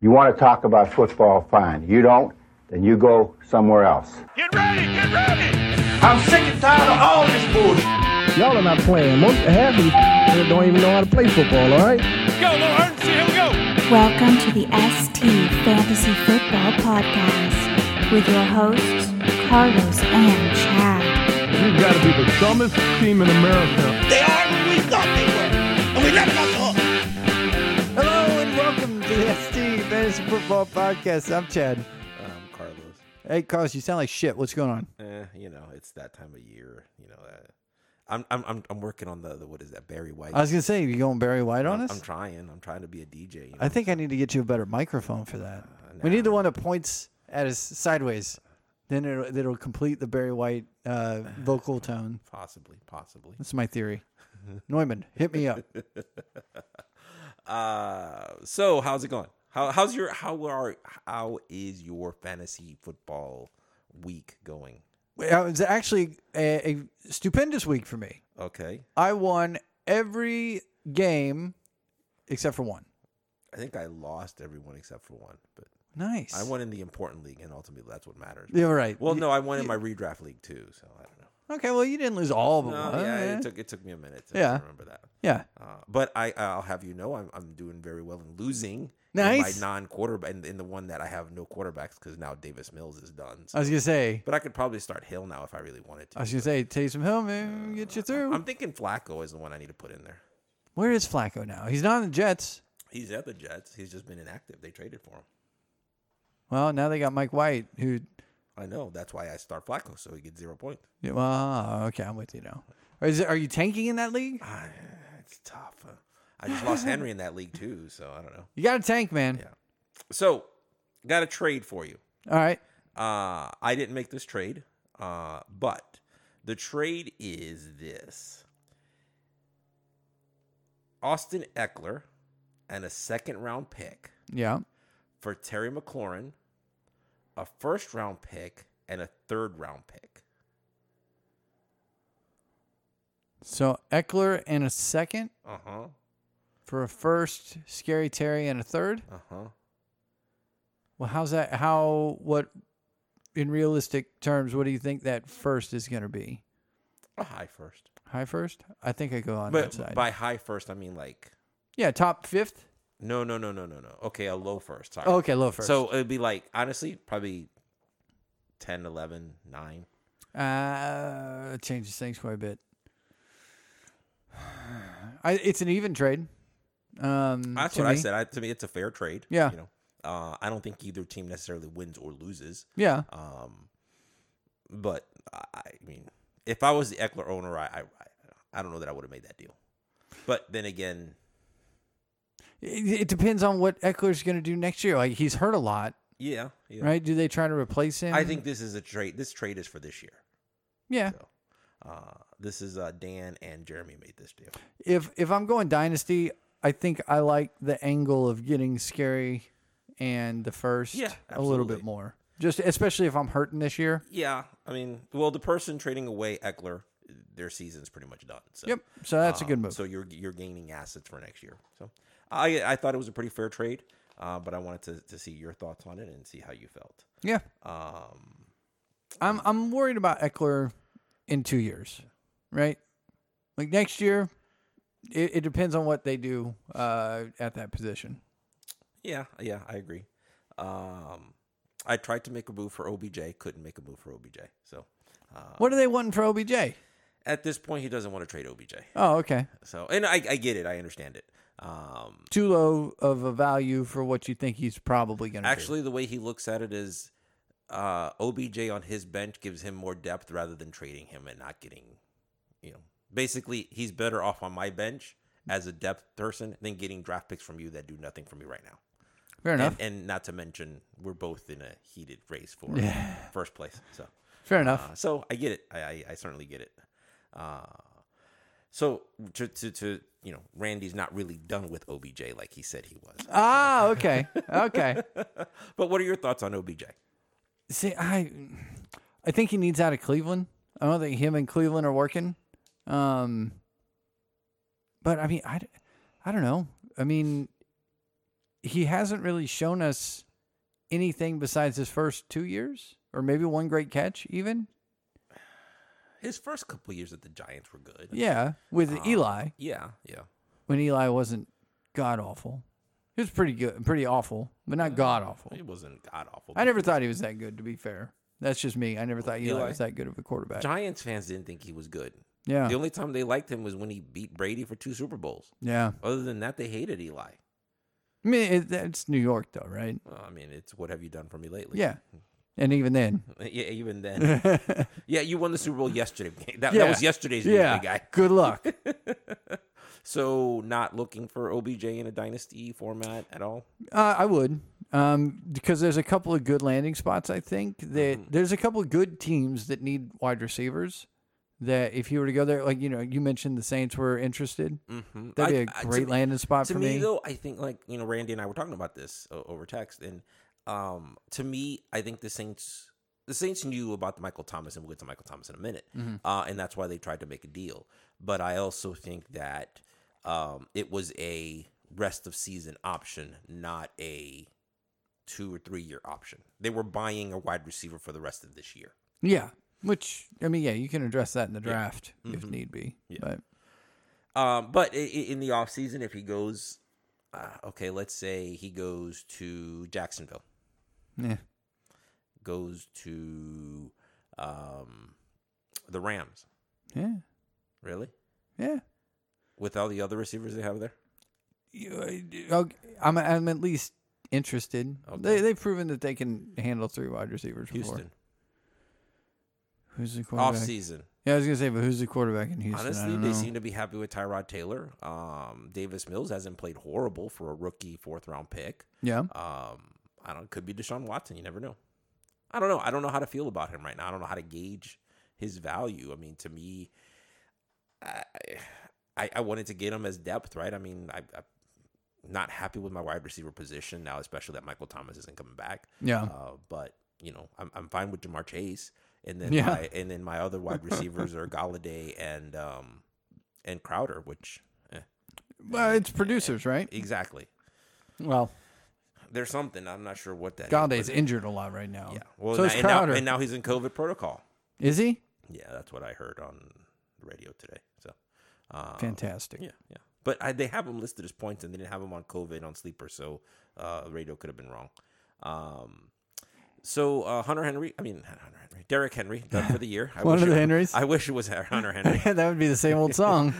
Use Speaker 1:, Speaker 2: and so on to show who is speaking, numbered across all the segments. Speaker 1: You want to talk about football? Fine. You don't? Then you go somewhere else.
Speaker 2: Get ready, get ready!
Speaker 3: I'm sick and tired of all this bullshit.
Speaker 4: Y'all are not playing. Most half of you don't even know how to play football, all right?
Speaker 2: Go, Lil Ernst, here we go!
Speaker 5: Welcome to the ST Fantasy Football Podcast with your hosts, Carlos and Chad.
Speaker 6: You've got to be the dumbest team in America.
Speaker 3: They are what we thought they were, and we let them off the hook.
Speaker 7: Hello and welcome to the ST Fantasy Football Podcast. I'm Chad.
Speaker 8: Um, Carlos.
Speaker 7: Hey, Carlos, you sound like shit. What's going on?
Speaker 8: Eh, you know, it's that time of year. You know, uh, I'm I'm I'm I'm working on the, the what is that Barry White?
Speaker 7: I was gonna say you going Barry White on
Speaker 8: I'm,
Speaker 7: us.
Speaker 8: I'm trying. I'm trying to be a DJ. You know?
Speaker 7: I think I need to get you a better microphone for
Speaker 8: Uh,
Speaker 7: that. We need the one that points at us sideways. Then it'll, it'll complete the Barry White uh, vocal tone.
Speaker 8: possibly, possibly.
Speaker 7: That's my theory. Neumann, hit me up.
Speaker 8: Uh, so how's it going? How how's your how are how is your fantasy football week going?
Speaker 7: It was actually a, a stupendous week for me.
Speaker 8: Okay,
Speaker 7: I won every game except for one.
Speaker 8: I think I lost everyone except for one, but
Speaker 7: Nice.
Speaker 8: I won in the important league, and ultimately that's what matters.
Speaker 7: Yeah, right.
Speaker 8: Well,
Speaker 7: You-
Speaker 8: no, I won in my redraft league too, so I don't know.
Speaker 7: Okay, well, you didn't lose all but
Speaker 8: No,
Speaker 7: one.
Speaker 8: yeah,
Speaker 7: Yeah,
Speaker 8: it took it took me a minute to
Speaker 7: Oh, Yeah.
Speaker 8: remember that.
Speaker 7: yeah.
Speaker 8: Uh, but I, I'll have you know, I'm, I'm doing very well in losing.
Speaker 7: Nice.
Speaker 8: In my non-quarterback, in, in the one that I have no quarterbacks because now Davis Mills is done.
Speaker 7: I
Speaker 8: So.
Speaker 7: was gonna say.
Speaker 8: but I could probably start Hill now if I really wanted to.
Speaker 7: I was gonna say Taysom Hill man, get you through.
Speaker 8: I'm thinking Flacco is the one I need to put in there.
Speaker 7: Where is Flacco now? He's not in the Jets.
Speaker 8: He's at the Jets. He's just been inactive. They traded for him.
Speaker 7: Well, now they got Mike White, who.
Speaker 8: I know. That's why I start Flacco so he gets zero points.
Speaker 7: yeah, Well, uh, okay, I'm with you now. Or Is it, are you tanking in that league?
Speaker 8: It's tough. Uh, I just lost Henry in that league too, so I don't know.
Speaker 7: You got to tank, man.
Speaker 8: Yeah. So, got a trade for you.
Speaker 7: All right.
Speaker 8: Uh, I didn't make this trade, uh, but the trade is this Austin Eckler and a second round pick
Speaker 7: Yeah.
Speaker 8: for Terry McLaurin, a first round pick, and a third round pick.
Speaker 7: So Eckler and a second
Speaker 8: Uh huh.
Speaker 7: for a first, Scary Terry and a third.
Speaker 8: Uh huh.
Speaker 7: Well, how's that? How? What? In realistic terms, what do you think that first is going to be?
Speaker 8: A high first.
Speaker 7: High first? I think I go on that
Speaker 8: But
Speaker 7: side.
Speaker 8: by high first, I mean like,
Speaker 7: yeah, top fifth.
Speaker 8: no, no, no, no, no, no. Okay, a low first. Sorry.
Speaker 7: Oh, Okay, low first.
Speaker 8: So it'd be like, honestly, probably 10, 11, 9.
Speaker 7: Uh, it changes things quite a bit. I, it's an even trade. Um,
Speaker 8: That's
Speaker 7: to
Speaker 8: what I
Speaker 7: me.
Speaker 8: said. I, to me, it's a fair trade.
Speaker 7: Yeah.
Speaker 8: You know, uh, I don't think either team necessarily wins or loses.
Speaker 7: Yeah,
Speaker 8: Um, but I, I mean, if I was the Eckler owner, I, I, I don't know that I would have made that deal. But then again,
Speaker 7: it, it depends on what Eckler's going to do next year. Like he's hurt a lot,
Speaker 8: yeah, yeah.
Speaker 7: right? Do they try to replace him?
Speaker 8: I think this is a trade. This trade is for this year.
Speaker 7: Yeah.
Speaker 8: So, uh, this is uh, Dan and Jeremy made this deal.
Speaker 7: If if I'm going dynasty, I think I like the angle of getting scary and the first
Speaker 8: Yeah,
Speaker 7: a little bit
Speaker 8: absolutely.
Speaker 7: more. Just especially if I'm hurting this year.
Speaker 8: Yeah, I mean, well, the person trading away Eckler, their season's pretty much done. So.
Speaker 7: Yep. So that's a good
Speaker 8: Um,
Speaker 7: move.
Speaker 8: So you're you're gaining assets for next year. So I I thought it was a pretty fair trade, uh, but I wanted to, to see your thoughts on it and see how you felt.
Speaker 7: yeah. Um, I'm I'm worried about Eckler in two years, right? Like next year, it, it depends on what they do uh, at that position.
Speaker 8: Yeah, yeah, I agree. Um, I tried to make a move for OBJ, couldn't make a move for OBJ. So
Speaker 7: What are they wanting for OBJ?
Speaker 8: at this point, he doesn't want to trade OBJ.
Speaker 7: Oh, okay.
Speaker 8: So and I, I get it, I understand it. Um,
Speaker 7: Too low of a value for what you think he's probably going to
Speaker 8: actually, the way he looks at it is. Uh, OBJ on his bench gives him more depth rather than trading him and not getting, you know, basically he's better off on my bench as a depth person than getting draft picks from you that do nothing for me right now.
Speaker 7: Fair enough.
Speaker 8: And, and not to mention, we're both in a heated race for first place. So,
Speaker 7: Fair enough.
Speaker 8: uh, so I get it. I, I, I certainly get it. Uh, so to, to to you know, Randy's not really done with OBJ like he said he was.
Speaker 7: Ah, okay, okay.
Speaker 8: But what are your thoughts on OBJ?
Speaker 7: See, I, I think he needs out of Cleveland. I don't think him and Cleveland are working. Um, but I mean, I, d- I don't know. I mean, he hasn't really shown us anything besides his first two years, or maybe one great catch, even.
Speaker 8: His first couple years at the Giants were good.
Speaker 7: Yeah, with Eli
Speaker 8: Yeah. Yeah.
Speaker 7: when Eli wasn't god awful, he was pretty good, pretty awful, but not god awful.
Speaker 8: It wasn't god awful.
Speaker 7: I never thought he was that good. To be fair, that's just me. I never thought Eli,
Speaker 8: Eli?
Speaker 7: was that good of a quarterback.
Speaker 8: Giants fans didn't think he was good.
Speaker 7: yeah,
Speaker 8: The only time they liked him was when he beat Brady for two Super Bowls.
Speaker 7: yeah.
Speaker 8: Other than that, they hated Eli.
Speaker 7: I mean, it, it's New York though, right?
Speaker 8: Well, I mean, it's what have you done for me lately?
Speaker 7: Yeah, and even then,
Speaker 8: Yeah, even then. yeah, you won the Super Bowl yesterday. That,
Speaker 7: Yeah.
Speaker 8: that was yesterday's news,
Speaker 7: yeah.
Speaker 8: big guy.
Speaker 7: Good luck.
Speaker 8: So, not looking for OBJ in a dynasty format at all.
Speaker 7: Uh, I would, um, because there's a couple of good landing spots. I think that
Speaker 8: Mm-hmm.
Speaker 7: there's a couple of good teams that need wide receivers. That if you were to go there, like you know, you mentioned the Saints were interested. Mm-hmm. That'd be
Speaker 8: I- I-
Speaker 7: a
Speaker 8: to
Speaker 7: great
Speaker 8: me-
Speaker 7: landing spot
Speaker 8: to
Speaker 7: for
Speaker 8: me,
Speaker 7: me.
Speaker 8: though, I think like you know, Randy and I were talking about this o- over text, and um, to me, I think the Saints, the Saints knew about the Michael Thomas, and we'll get to Michael Thomas in a minute, uh, and that's why they tried to make a deal. But I also think that um, it was a rest of season option, not a two or three year option. They were buying a wide receiver for the rest of this year.
Speaker 7: Yeah, which I mean, yeah, you can address that in the draft
Speaker 8: Mm-hmm.
Speaker 7: if need be. But
Speaker 8: Um, but i- i- in the offseason, if he goes, uh, okay, let's say he goes to Jacksonville.
Speaker 7: yeah,
Speaker 8: goes to um, the Rams.
Speaker 7: yeah,
Speaker 8: Really?
Speaker 7: yeah.
Speaker 8: With all the other receivers they have there?
Speaker 7: You- uh, okay, I'm I'm at least interested. They they've proven that they can handle three wide receivers. Before.
Speaker 8: Houston.
Speaker 7: Who's the
Speaker 8: Off
Speaker 7: quarterback?
Speaker 8: season.
Speaker 7: Yeah, I was gonna say, but who's the quarterback in Houston? I
Speaker 8: Honestly,
Speaker 7: don't
Speaker 8: they
Speaker 7: know.
Speaker 8: seem to be happy with Tyrod Taylor. Um, Davis Mills hasn't played horrible for a rookie fourth round pick.
Speaker 7: yeah.
Speaker 8: Um, I don't could be Deshaun Watson, you never know. I don't know. I don't know how to feel about him right now. I don't know how to gauge his value. I mean, to me, I, I wanted to get him as depth, right? I mean, I, I'm not happy with my wide receiver position now, especially that Michael Thomas isn't coming back.
Speaker 7: Yeah.
Speaker 8: Uh, but you know, I'm, I'm fine with Jamar Chase, and then
Speaker 7: Yeah.
Speaker 8: my, and then my other wide receivers are Galladay and um and Crowder, which eh,
Speaker 7: Well, it's producers, right?
Speaker 8: exactly.
Speaker 7: Well,
Speaker 8: There's something I'm not sure what that. is,
Speaker 7: Galladay's
Speaker 8: but-
Speaker 7: injured a lot right now.
Speaker 8: Yeah. Well,
Speaker 7: so
Speaker 8: now-
Speaker 7: is
Speaker 8: and, now,
Speaker 7: Crowder.
Speaker 8: and now he's in COVID protocol.
Speaker 7: is he
Speaker 8: Yeah, that's what I heard on the radio today. So Uh,
Speaker 7: fantastic?
Speaker 8: Yeah, yeah. But I, they have him listed as points, and they didn't have him on COVID on sleeper, so uh, radio could have been wrong. Um, so uh, Hunter Henry, I mean not Hunter Henry, Derrick Henry, done for the year. I
Speaker 7: One
Speaker 8: wish
Speaker 7: of the
Speaker 8: it-
Speaker 7: Henrys.
Speaker 8: I wish it was Hunter Henry.
Speaker 7: that would be the same old song.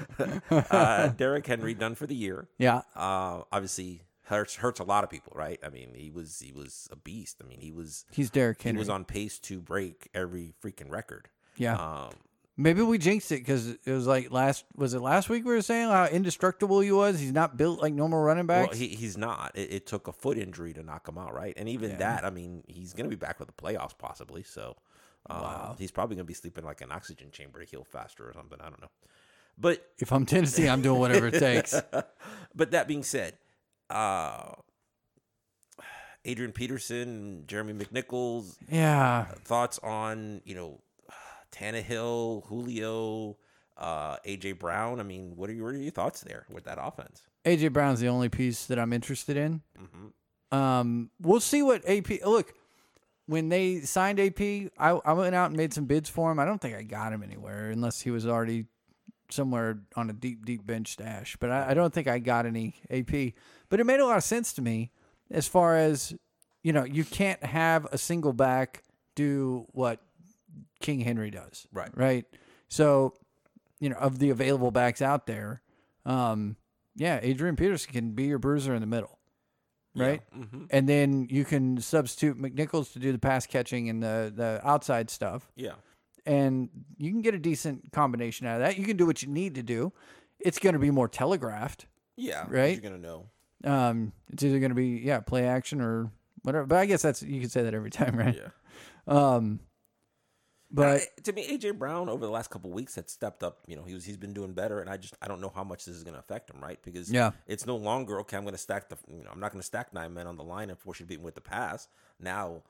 Speaker 8: uh, Derrick Henry done for the year.
Speaker 7: yeah,
Speaker 8: Uh, obviously hurts hurts a lot of people, right? I mean, he was he was a beast. I mean, he was
Speaker 7: he's Derrick Henry.
Speaker 8: he was on pace to break every freaking record.
Speaker 7: yeah.
Speaker 8: Um,
Speaker 7: Maybe we jinxed it because it was like last was it last week we were saying how indestructible he was. He's not built like normal running
Speaker 8: Well,
Speaker 7: backs.
Speaker 8: he, he's not. It, it took a foot injury to knock him out, right? And even that, I mean, he's going to be back with the playoffs possibly. So, um, he's probably going to be sleeping like an oxygen chamber to heal faster or something. I don't know. But
Speaker 7: if I'm Tennessee, I'm doing whatever it takes.
Speaker 8: but that being said, uh, Adrian Peterson, Jeremy McNichols,
Speaker 7: Yeah,
Speaker 8: thoughts on you know Tannehill, Julio, uh, AJ Brown. I mean, what are, your, what are your thoughts there with that offense?
Speaker 7: AJ Brown's the only piece that I'm interested in. Um, we'll see what AP. Look, when they signed AP, I, I went out and made some bids for him. I don't think I got him anywhere unless he was already somewhere on a deep, deep bench stash. But I, I don't think I got any AP. But it made a lot of sense to me as far as you know, you can't have a single back do what King Henry does.
Speaker 8: Right.
Speaker 7: Right. So, you know, of the available backs out there, um, yeah, Adrian Peterson can be your bruiser in the middle. Right?
Speaker 8: mm-hmm.
Speaker 7: And then you can substitute McNichols to do the pass catching and the, the outside stuff.
Speaker 8: Yeah,
Speaker 7: And you can get a decent combination out of that. You can do what you need to do. It's going to be more telegraphed.
Speaker 8: yeah,
Speaker 7: Right?
Speaker 8: You're gonna know.
Speaker 7: Um, it's either going to be, yeah, play action or whatever. But I guess that's, you could say that every time, right?
Speaker 8: Yeah.
Speaker 7: Um, but
Speaker 8: I- to me, AJ Brown over the last couple of weeks had stepped up. You know, he was he's been doing better, and I just I don't know how much this is going to affect him, right? Because
Speaker 7: Yeah.
Speaker 8: it's no longer okay. I'm going to stack the you know I'm not going to stack nine men on the line and force you to beat him with the pass. Now,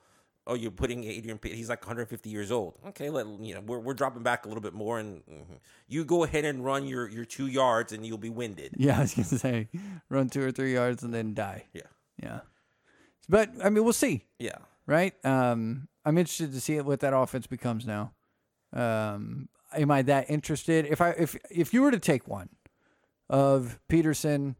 Speaker 8: oh, you're putting Adrian. Pe- He's like 150 years old. Okay, let you know we're, we're dropping back a little bit more, and mhm. you go ahead and run your your two yards, and you'll be winded.
Speaker 7: yeah, I was going to say run two or three yards and then die.
Speaker 8: Yeah,
Speaker 7: Yeah. But I mean, we'll see,
Speaker 8: Yeah.
Speaker 7: right? Um, I'm interested to see what that offense becomes now. Um, am I that interested? If I if if you were to take one of Peterson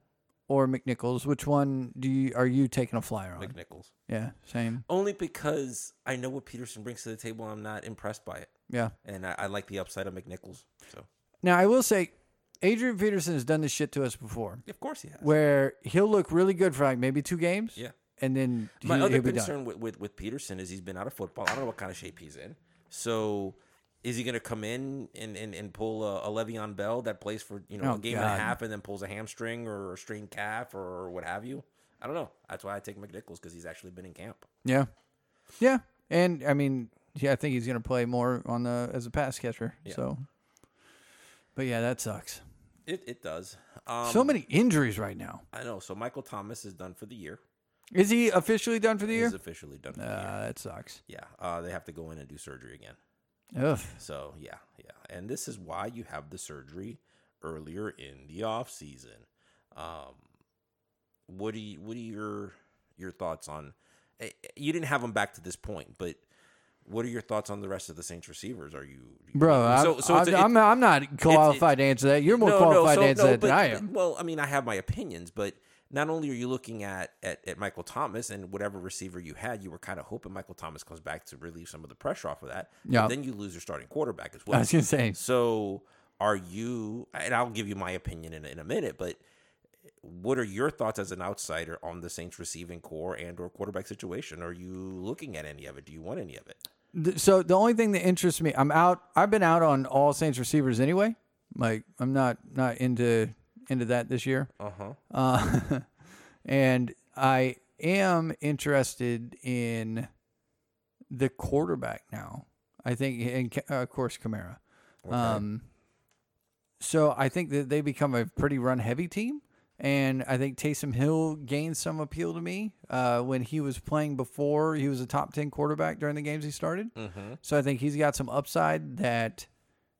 Speaker 7: or McNichols, which one do you are you taking a flyer on?
Speaker 8: McNichols.
Speaker 7: yeah, same.
Speaker 8: Only because I know what Peterson brings to the table. and I'm not impressed by it,
Speaker 7: Yeah.
Speaker 8: and I, I like the upside of McNichols. So
Speaker 7: Now I will say, Adrian Peterson has done this shit to us before,
Speaker 8: of course he has.
Speaker 7: where he'll look really good for like maybe two games.
Speaker 8: Yeah.
Speaker 7: And then he,
Speaker 8: My other
Speaker 7: will be done.
Speaker 8: concern with, with, with Peterson is he's been out of football. I don't know what kind of shape he's in. So is he going to come in and, and, and pull a, a Le'Veon Bell that plays for you know
Speaker 7: Oh,
Speaker 8: a game
Speaker 7: God.
Speaker 8: and a half and then pulls a hamstring or a strained calf or what have you? I don't know. That's why I take McNichols because he's actually been in camp.
Speaker 7: Yeah. Yeah. And I mean, yeah, I think he's going to play more on the as a pass catcher. So. But yeah, that sucks.
Speaker 8: It it does. Um,
Speaker 7: so many injuries right now.
Speaker 8: I know. So Michael Thomas is done for the year.
Speaker 7: Is he officially done for the year?
Speaker 8: He's officially done for the year.
Speaker 7: Uh, that sucks.
Speaker 8: Yeah, uh, they have to go in and do surgery again.
Speaker 7: Ugh.
Speaker 8: So yeah, yeah, and this is why you have the surgery earlier in the off season. Um, what do you, what are your your thoughts on? eh, eh, You didn't have them back to this point, but what are your thoughts on the rest of the Saints receivers? Are you,
Speaker 7: Bro, I'm, I'm,
Speaker 8: it's a-
Speaker 7: I'm,
Speaker 8: it's-
Speaker 7: I'm not qualified to answer that. You're more qualified
Speaker 8: so-
Speaker 7: to answer that
Speaker 8: but-
Speaker 7: than I am.
Speaker 8: Well, I mean, I have my opinions, but not only are you looking at, at at Michael Thomas and whatever receiver you had, you were kind of hoping Michael Thomas comes back to relieve some of the pressure off of that. but
Speaker 7: Yeah.
Speaker 8: Then you lose your starting quarterback as well.
Speaker 7: I was going to say,
Speaker 8: So are you, and I'll give you my opinion in, in a minute, but what are your thoughts as an outsider on the Saints receiving core and or quarterback situation? Are you looking at any of it? Do you want any of it?
Speaker 7: Th- so the only thing that interests me, I'm out. I've been out on all Saints receivers anyway. Like I'm not not into into that this year. Uh-huh. and I am interested in the quarterback now. I think, and Ca- uh, of course, Kamara. Um, so I think that they become a pretty run heavy team. And I think Taysom Hill gained some appeal to me uh, when he was playing before. He was a top 10 quarterback during the games he started.
Speaker 8: Mm-hmm.
Speaker 7: So I think he's got some upside that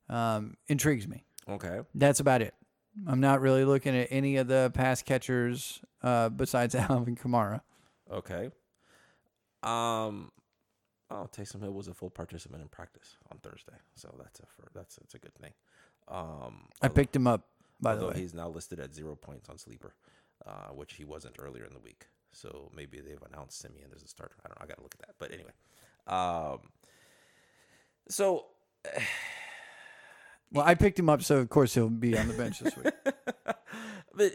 Speaker 7: um, intrigues me.
Speaker 8: Okay.
Speaker 7: That's about it. I'm not really looking at any of the pass catchers uh, besides Alvin Kamara.
Speaker 8: Okay. Um. Oh, Taysom Hill was a full participant in practice on Thursday, so that's a fir- that's it's a good thing. Um,
Speaker 7: I picked him up, by the
Speaker 8: although
Speaker 7: way.
Speaker 8: he's now listed at zero points on sleeper, uh, which he wasn't earlier in the week. So maybe they've announced Simeon as a starter. I don't know. I got to look at that. But anyway, um, so
Speaker 7: Well, I picked him up, so of course he'll be on the bench this week.
Speaker 8: but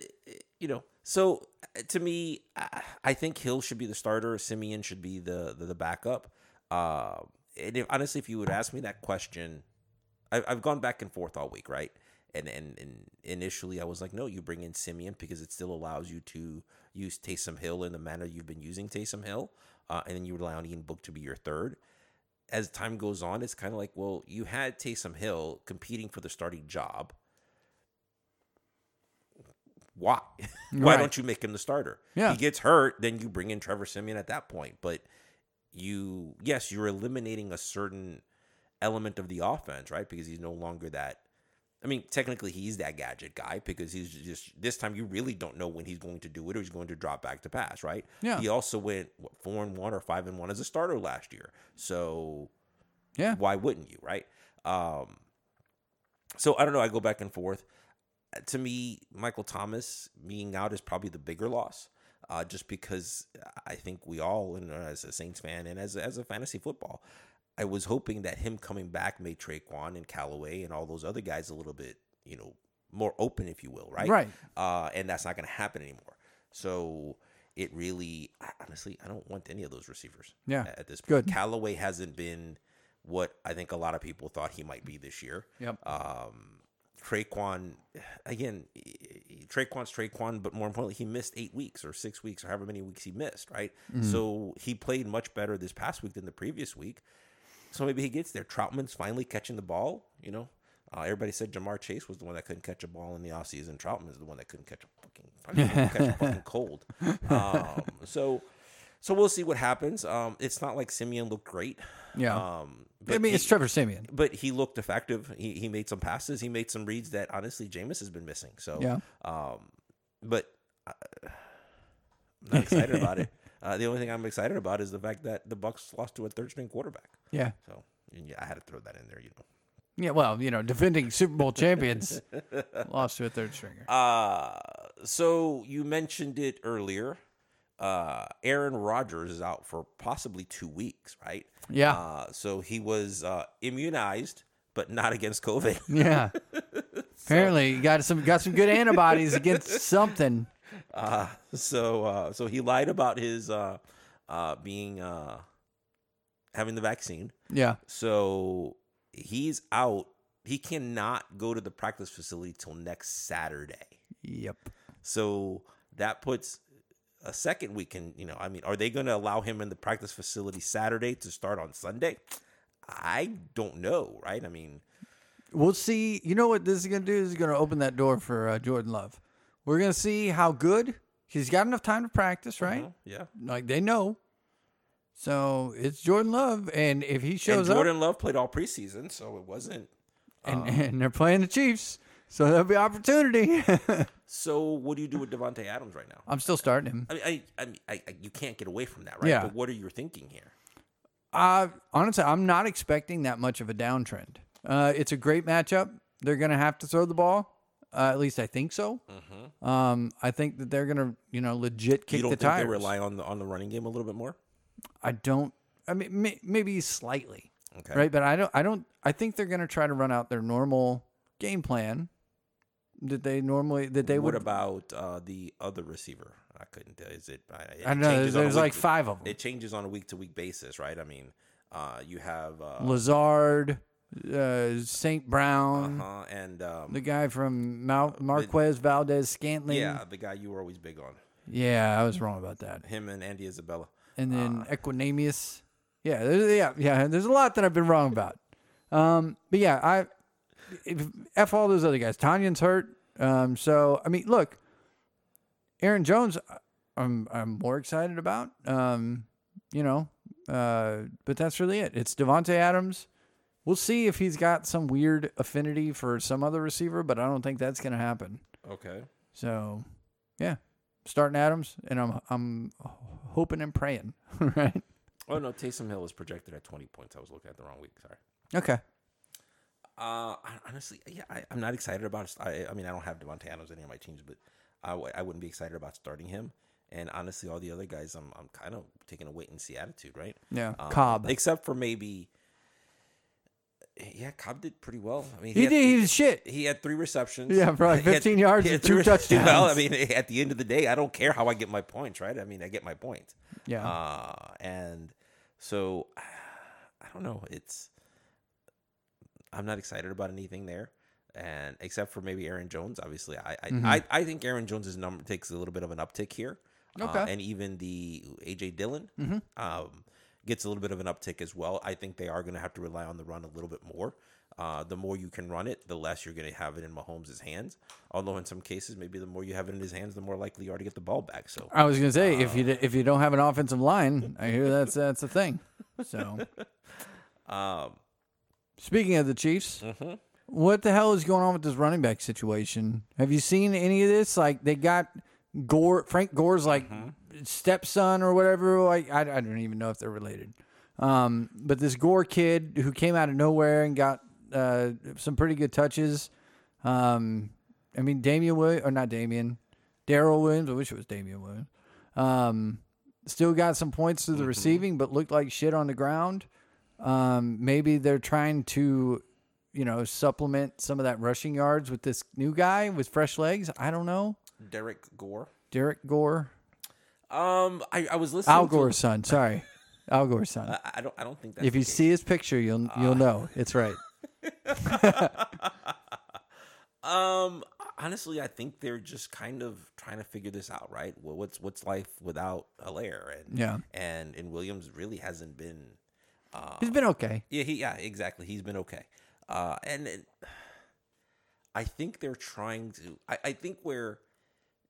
Speaker 8: you know, so uh, to me, I- I think Hill should be the starter. Simeon should be the the, the backup. Uh, and if, honestly, if you would ask me that question, I, I've gone back and forth all week, right? And, and and initially, I was like, no, you bring in Simeon because it still allows you to use Taysom Hill in the manner you've been using Taysom Hill, uh, and then you rely on Ian Book to be your third as time goes on, it's kind of like, well, you had Taysom Hill competing for the starting job. Why? Why
Speaker 7: Right.
Speaker 8: don't you make him the starter?
Speaker 7: Yeah.
Speaker 8: He gets hurt, then you bring in Trevor Simeon at that point. But you, yes, you're eliminating a certain element of the offense, right? Because he's no longer that. I mean, technically, he's that gadget guy because he's just this time. You really don't know when he's going to do it or he's going to drop back to pass, right?
Speaker 7: Yeah.
Speaker 8: He also went what, four and one or five and one as a starter last year, so
Speaker 7: Yeah.
Speaker 8: why wouldn't you, right? Um, so I don't know. I go back and forth. Uh, To me, Michael Thomas being out is probably the bigger loss, uh, just because uh, I think we all, and uh, as a Saints fan and as as a fantasy football, I was hoping that him coming back made Traquan and Callaway and all those other guys a little bit, you know, more open, if you will, right?
Speaker 7: Right.
Speaker 8: Uh, and that's not going to happen anymore. So it really, I- honestly, I don't want any of those receivers.
Speaker 7: Yeah.
Speaker 8: At, at this point,
Speaker 7: Good.
Speaker 8: Callaway hasn't been what I think a lot of people thought he might be this year.
Speaker 7: Yep.
Speaker 8: Um, Traquan, again, e- e- Traquan's Traquan, but more importantly, he missed eight weeks or six weeks or however many weeks he missed, right?
Speaker 7: Mm-hmm.
Speaker 8: So he played much better this past week than the previous week. So maybe he gets there. Troutman's finally catching the ball. You know, uh, everybody said Jamar Chase was the one that couldn't catch a ball in the offseason. Troutman is the one that couldn't catch a fucking, couldn't catch a fucking cold. Um, so, so we'll see what happens. Um, it's not like Simeon looked great.
Speaker 7: yeah.
Speaker 8: Um,
Speaker 7: I
Speaker 8: but
Speaker 7: mean, it's
Speaker 8: he-
Speaker 7: Trevor Simeon.
Speaker 8: but he looked effective. He, he made some passes. He made some reads that honestly Jameis has been missing. So
Speaker 7: Yeah.
Speaker 8: um, but uh, um, I'm not excited about it. Uh, the only thing I'm excited about is the fact that the Bucks lost to a third string quarterback.
Speaker 7: Yeah.
Speaker 8: So and yeah, I had to throw that in there, you know.
Speaker 7: Yeah. Well, you know, defending Super Bowl champions lost to a third stringer.
Speaker 8: Uh, so you mentioned it earlier. Uh, Aaron Rodgers is out for possibly two weeks, right?
Speaker 7: Yeah.
Speaker 8: Uh, so he was uh, immunized, but not against COVID.
Speaker 7: yeah. Apparently, he got some got some good antibodies against something.
Speaker 8: Uh, so uh, so he lied about his uh, uh, being uh, having the vaccine.
Speaker 7: Yeah.
Speaker 8: So he's out. He cannot go to the practice facility till next Saturday.
Speaker 7: Yep.
Speaker 8: So that puts a second week in, you know, I mean, are they going to allow him in the practice facility Saturday to start on Sunday? I don't know, right? I mean,
Speaker 7: We'll see. You know what this is going to do? This is going to open that door for uh, Jordan Love. We're going to see how good he's got enough time to practice, right?
Speaker 8: yeah.
Speaker 7: Like they know. So it's Jordan Love, and if he
Speaker 8: And
Speaker 7: shows
Speaker 8: Jordan Love played all preseason, so it wasn't.
Speaker 7: up, and, and they're playing the Chiefs, so there'll be opportunity.
Speaker 8: So what do you do with Devonte Adams right now?
Speaker 7: I'm still starting him.
Speaker 8: I mean, I, I mean, I, I, you can't get away from that, right?
Speaker 7: Yeah.
Speaker 8: But what are you thinking here?
Speaker 7: Uh, honestly, I'm not expecting that much of a downtrend. Uh, it's a great matchup. They're going to have to throw the ball. Uh, at least I think so. Um, I think that they're going to, you know, legit kick
Speaker 8: Mm-hmm. you don't
Speaker 7: the
Speaker 8: think
Speaker 7: tires.
Speaker 8: they rely on the on the running game a little bit more?
Speaker 7: I don't. I mean, may, maybe slightly,
Speaker 8: Okay.
Speaker 7: right? But I don't. I don't. I think they're going to try to run out their normal game plan that they normally that they
Speaker 8: what
Speaker 7: would.
Speaker 8: about uh, the other receiver? I couldn't tell. Is it? I, it
Speaker 7: I don't know.
Speaker 8: changes
Speaker 7: There's,
Speaker 8: on a
Speaker 7: there's like
Speaker 8: week-
Speaker 7: five of them.
Speaker 8: It changes on a week to week basis, right? I mean, uh, you have uh,
Speaker 7: Lazard, uh, Saint Brown,
Speaker 8: uh and um,
Speaker 7: Mm-hmm. the guy from Mal- Marquez Valdez Scantling.
Speaker 8: yeah, the guy you were always big on,
Speaker 7: Yeah, I was wrong about that.
Speaker 8: him and Andy Isabella.
Speaker 7: and then Equinamius. Yeah, there's, yeah, yeah. There's a lot that I've been wrong about. Um, but yeah, I if- f all those other guys. Tanyan's hurt. Um, so I mean, look, Aaron Jones. I- I'm I'm more excited about. Um, you know, uh, but that's really it. It's Devonte Adams. We'll see if he's got some weird affinity for some other receiver, but I don't think that's going to happen.
Speaker 8: Okay,
Speaker 7: So, yeah, starting Adams, and I'm I'm hoping and praying, right?
Speaker 8: oh no, Taysom Hill is projected at twenty points. I was looking at the wrong week. Sorry.
Speaker 7: Okay.
Speaker 8: Uh, I- honestly, yeah, I, I'm not excited about. it. I, I mean, I don't have Devontae Adams in any of my teams, but I, w- I wouldn't be excited about starting him. And honestly, all the other guys, I'm I'm kind of taking a wait and see attitude, right?
Speaker 7: Yeah,
Speaker 8: Um,
Speaker 7: Cobb.
Speaker 8: except for maybe. Yeah, Cobb did pretty well. I mean,
Speaker 7: He
Speaker 8: had-
Speaker 7: did. He was shit.
Speaker 8: He had three receptions.
Speaker 7: Yeah, for like
Speaker 8: He had-
Speaker 7: 15 yards
Speaker 8: he
Speaker 7: and
Speaker 8: had three
Speaker 7: two
Speaker 8: re-
Speaker 7: touchdowns.
Speaker 8: Well, I mean, at the end of the day, I don't care how I get my points, right? I mean, I get my points.
Speaker 7: Yeah.
Speaker 8: Uh, and so I don't know. It's I'm not excited about anything there, and except for maybe Aaron Jones. Obviously, I I, I, I think Aaron Jones's number takes a little bit of an uptick here. Uh,
Speaker 7: Okay.
Speaker 8: and even the AJ Dillon um, gets a little bit of an uptick as well. I think they are going to have to rely on the run a little bit more. Uh, the more you can run it, the less you're going to have it in Mahomes' hands. Although in some cases, maybe the more you have it in his hands, the more likely you are to get the ball back. So
Speaker 7: I was gonna say if you d- if you don't have an offensive line, I hear that's that's a thing. So, speaking of the Chiefs, what the hell is going on with this running back situation? Have you seen any of this? Like they got Gore, Frank Gore's like stepson or whatever. Like I, I don't even know if they're related. Um, but this Gore kid who came out of nowhere and got uh, some pretty good touches. Um, I mean, Damian Williams, or not Damian, Daryl Williams. I wish it was Damian Williams. Um, still got some points to the receiving, but looked like shit on the ground. Um, maybe they're trying to, you know, supplement some of that rushing yards with this new guy with fresh legs. I don't know.
Speaker 8: Derek Gore.
Speaker 7: Derek Gore,
Speaker 8: Um, I, I was listening.
Speaker 7: Al
Speaker 8: to-
Speaker 7: Gore's son. Sorry, Al Gore's son.
Speaker 8: I, I don't. I don't think that's
Speaker 7: if
Speaker 8: the
Speaker 7: you
Speaker 8: case.
Speaker 7: see his picture, you'll you'll know it's right.
Speaker 8: Um, honestly, I think they're just kind of trying to figure this out, right? Well, what's what's life without Hilaire? And
Speaker 7: Yeah.
Speaker 8: and and Williams really hasn't been.
Speaker 7: He's been okay.
Speaker 8: Yeah, he yeah exactly. He's been okay. Uh, and, and I think they're trying to. I, I think where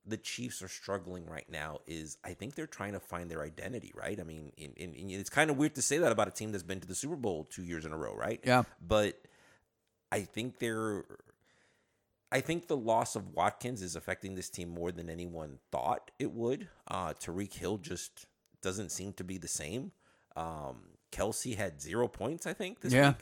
Speaker 8: the Chiefs are struggling right now is I think they're trying to find their identity, right? I mean, in, in, in- it's kind of weird to say that about a team that's been to the Super Bowl two years in a row, right?
Speaker 7: Yeah.
Speaker 8: But I think they're I think the loss of Watkins is affecting this team more than anyone thought it would. Uh, Tariq Hill just doesn't seem to be the same. Um, Kelsey had zero points, I think, this
Speaker 7: Yeah.
Speaker 8: week.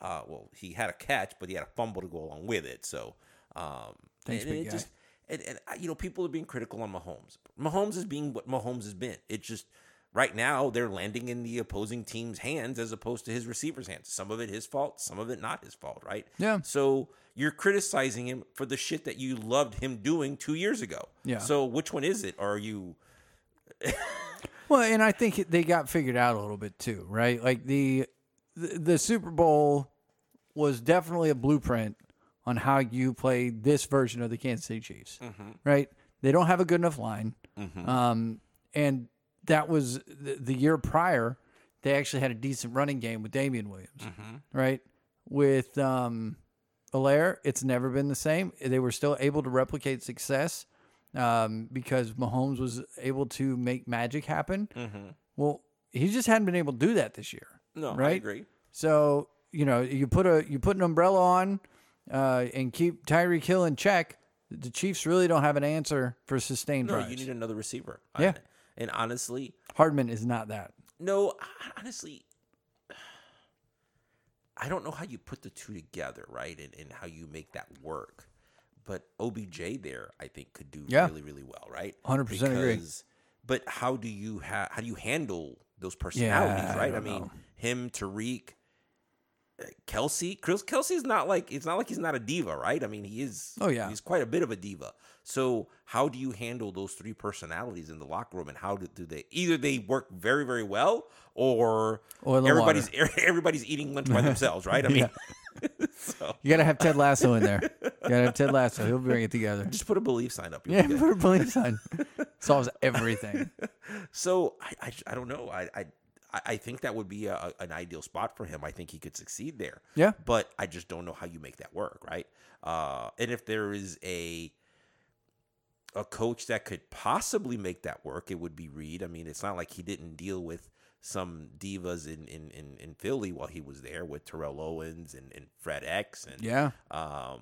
Speaker 8: Uh, well, he had a catch, but he had a fumble to go along with it. So, um,
Speaker 7: Thanks,
Speaker 8: and, and
Speaker 7: big guy.
Speaker 8: it just and, and uh, you know people are being critical on Mahomes. Mahomes is being what Mahomes has been. It's just right now they're landing in the opposing team's hands as opposed to his receivers' hands. Some of it his fault, some of it not his fault, right?
Speaker 7: Yeah.
Speaker 8: So you're criticizing him for the shit that you loved him doing two years ago.
Speaker 7: Yeah.
Speaker 8: So which one is it? Are you
Speaker 7: Well, and I think it- they got figured out a little bit too, right? Like the the, the Super Bowl was definitely a blueprint on how you play this version of the Kansas City Chiefs, right? They don't have a good enough line, um, and that was the, the year prior. They actually had a decent running game with Damian Williams, right? With um, Allaire, it's never been the same. They were still able to replicate success um, because Mahomes was able to make magic happen.
Speaker 8: Mm-hmm.
Speaker 7: Well, he just hadn't been able to do that this year.
Speaker 8: no? I
Speaker 7: right?
Speaker 8: agree.
Speaker 7: So you know, you put a you put an umbrella on uh, and keep Tyreek Hill in check. The Chiefs really don't have an answer for sustained
Speaker 8: No,
Speaker 7: drives.
Speaker 8: you need another receiver.
Speaker 7: Yeah.
Speaker 8: And honestly,
Speaker 7: Hardman is not that.
Speaker 8: No, I- honestly, I don't know how you put the two together, right? And, and how you make that work. But OBJ there, I think, could do
Speaker 7: Yeah.
Speaker 8: really, really well, right?
Speaker 7: 100% agree.
Speaker 8: Because- But how do you ha- how do you handle those personalities,
Speaker 7: Yeah, I
Speaker 8: right? I,
Speaker 7: don't
Speaker 8: mean,
Speaker 7: know.
Speaker 8: him, Tariq, uh, Kelsey. Chris Kelsey's not like it's not like he's not a diva, right? I mean, he is.
Speaker 7: Oh, yeah.
Speaker 8: he's quite a bit of a diva. So how do you handle those three personalities in the locker room, and how do, do they either they work very very well, or
Speaker 7: Oil and
Speaker 8: everybody's everybody's eating lunch by themselves, right? I mean,
Speaker 7: You got to have Ted Lasso in there. You got to have Ted Lasso. He'll bring it together.
Speaker 8: just put a belief sign up. you'll
Speaker 7: Yeah,
Speaker 8: be good.
Speaker 7: put a belief sign. Solves everything.
Speaker 8: So I, I, I don't know. I, I, I- I think that would be a, an ideal spot for him. I think he could succeed there.
Speaker 7: Yeah.
Speaker 8: But I just don't know how you make that work, right? Uh, and if there is a a coach that could possibly make that work, it would be Reed. I mean, it's not like he didn't deal with some divas in in, in, in Philly while he was there with Terrell Owens and, and Fred X and
Speaker 7: Yeah.
Speaker 8: um,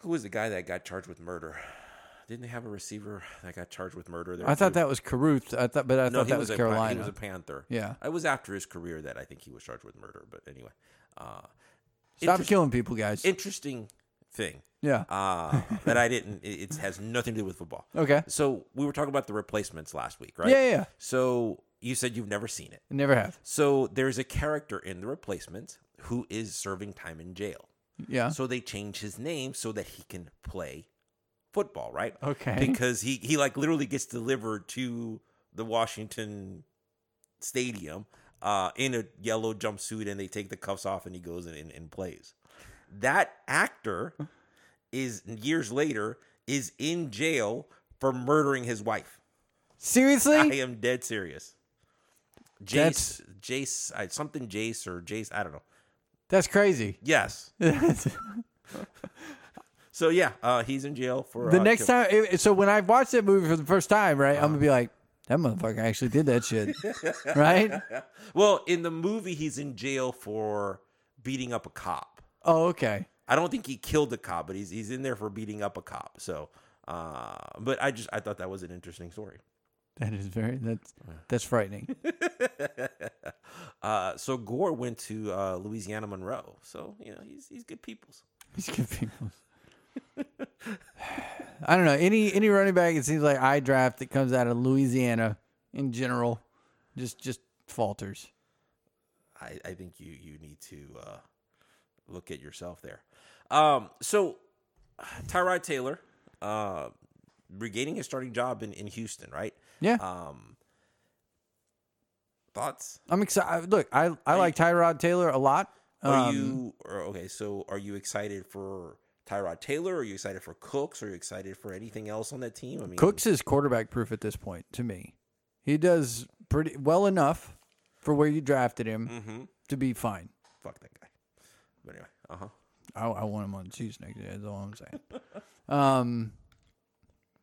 Speaker 8: who was the guy that got charged with murder? Didn't they have a receiver that got charged with murder? There
Speaker 7: I thought
Speaker 8: too?
Speaker 7: that was Caruth. I thought, but I
Speaker 8: no,
Speaker 7: thought
Speaker 8: he
Speaker 7: that
Speaker 8: was,
Speaker 7: was,
Speaker 8: a Pan-
Speaker 7: Carolina.
Speaker 8: he was a Panther.
Speaker 7: Yeah.
Speaker 8: it was after his career that I think he was charged with murder. But anyway, uh,
Speaker 7: Stop
Speaker 8: interest-
Speaker 7: killing people, guys.
Speaker 8: Interesting thing
Speaker 7: yeah.
Speaker 8: uh, that I didn't. It, it has nothing to do with football.
Speaker 7: Okay.
Speaker 8: So we were talking about the replacements last week, right?
Speaker 7: Yeah, yeah, yeah.
Speaker 8: So you said you've never seen it.
Speaker 7: Never have.
Speaker 8: So there's a character in the replacements who is serving time in jail.
Speaker 7: Yeah.
Speaker 8: So they change his name so that he can play football, right?
Speaker 7: Okay.
Speaker 8: Because he he like literally gets delivered to the Washington stadium uh, in a yellow jumpsuit, and they take the cuffs off, and he goes and, and, and plays. That actor is years later is in jail for murdering his wife.
Speaker 7: Seriously?
Speaker 8: I am dead serious. Jace,
Speaker 7: That's-
Speaker 8: Jace, I, something Jace or Jace, I don't know.
Speaker 7: That's crazy.
Speaker 8: Yes. so yeah, uh, he's in jail for
Speaker 7: the
Speaker 8: uh,
Speaker 7: next
Speaker 8: kill- Uh-huh.
Speaker 7: time it- so when i watch that movie for the first time right i'm gonna be like that motherfucker actually did that shit right
Speaker 8: Well, in the movie, he's in jail for beating up a cop.
Speaker 7: oh okay
Speaker 8: I don't think he killed a cop, but he's he's in there for beating up a cop. So, uh, but I just I thought that was an interesting story.
Speaker 7: that is very that's that's frightening
Speaker 8: Uh, so Gore went to uh, Louisiana Monroe. So you know he's he's good peoples.
Speaker 7: These good people. i don't know any any running back it seems like i draft that comes out of louisiana in general just just falters
Speaker 8: I, I think you you need to uh, look at yourself there. Um, so Tyrod Taylor uh, regaining his starting job in, in Houston, right?
Speaker 7: yeah
Speaker 8: Um, thoughts?
Speaker 7: i'm excited look i i like tyrod taylor a lot
Speaker 8: Are
Speaker 7: Um,
Speaker 8: you or, okay? So are you excited for Tyrod Taylor? Are you excited for Cooks? Are you excited for anything else on that team? I mean,
Speaker 7: Cooks is quarterback proof at this point to me. He does pretty well enough for where you drafted him to be fine.
Speaker 8: fuck that guy. But anyway, uh huh.
Speaker 7: I, I want him on the Chiefs next year. That's all I'm saying. um,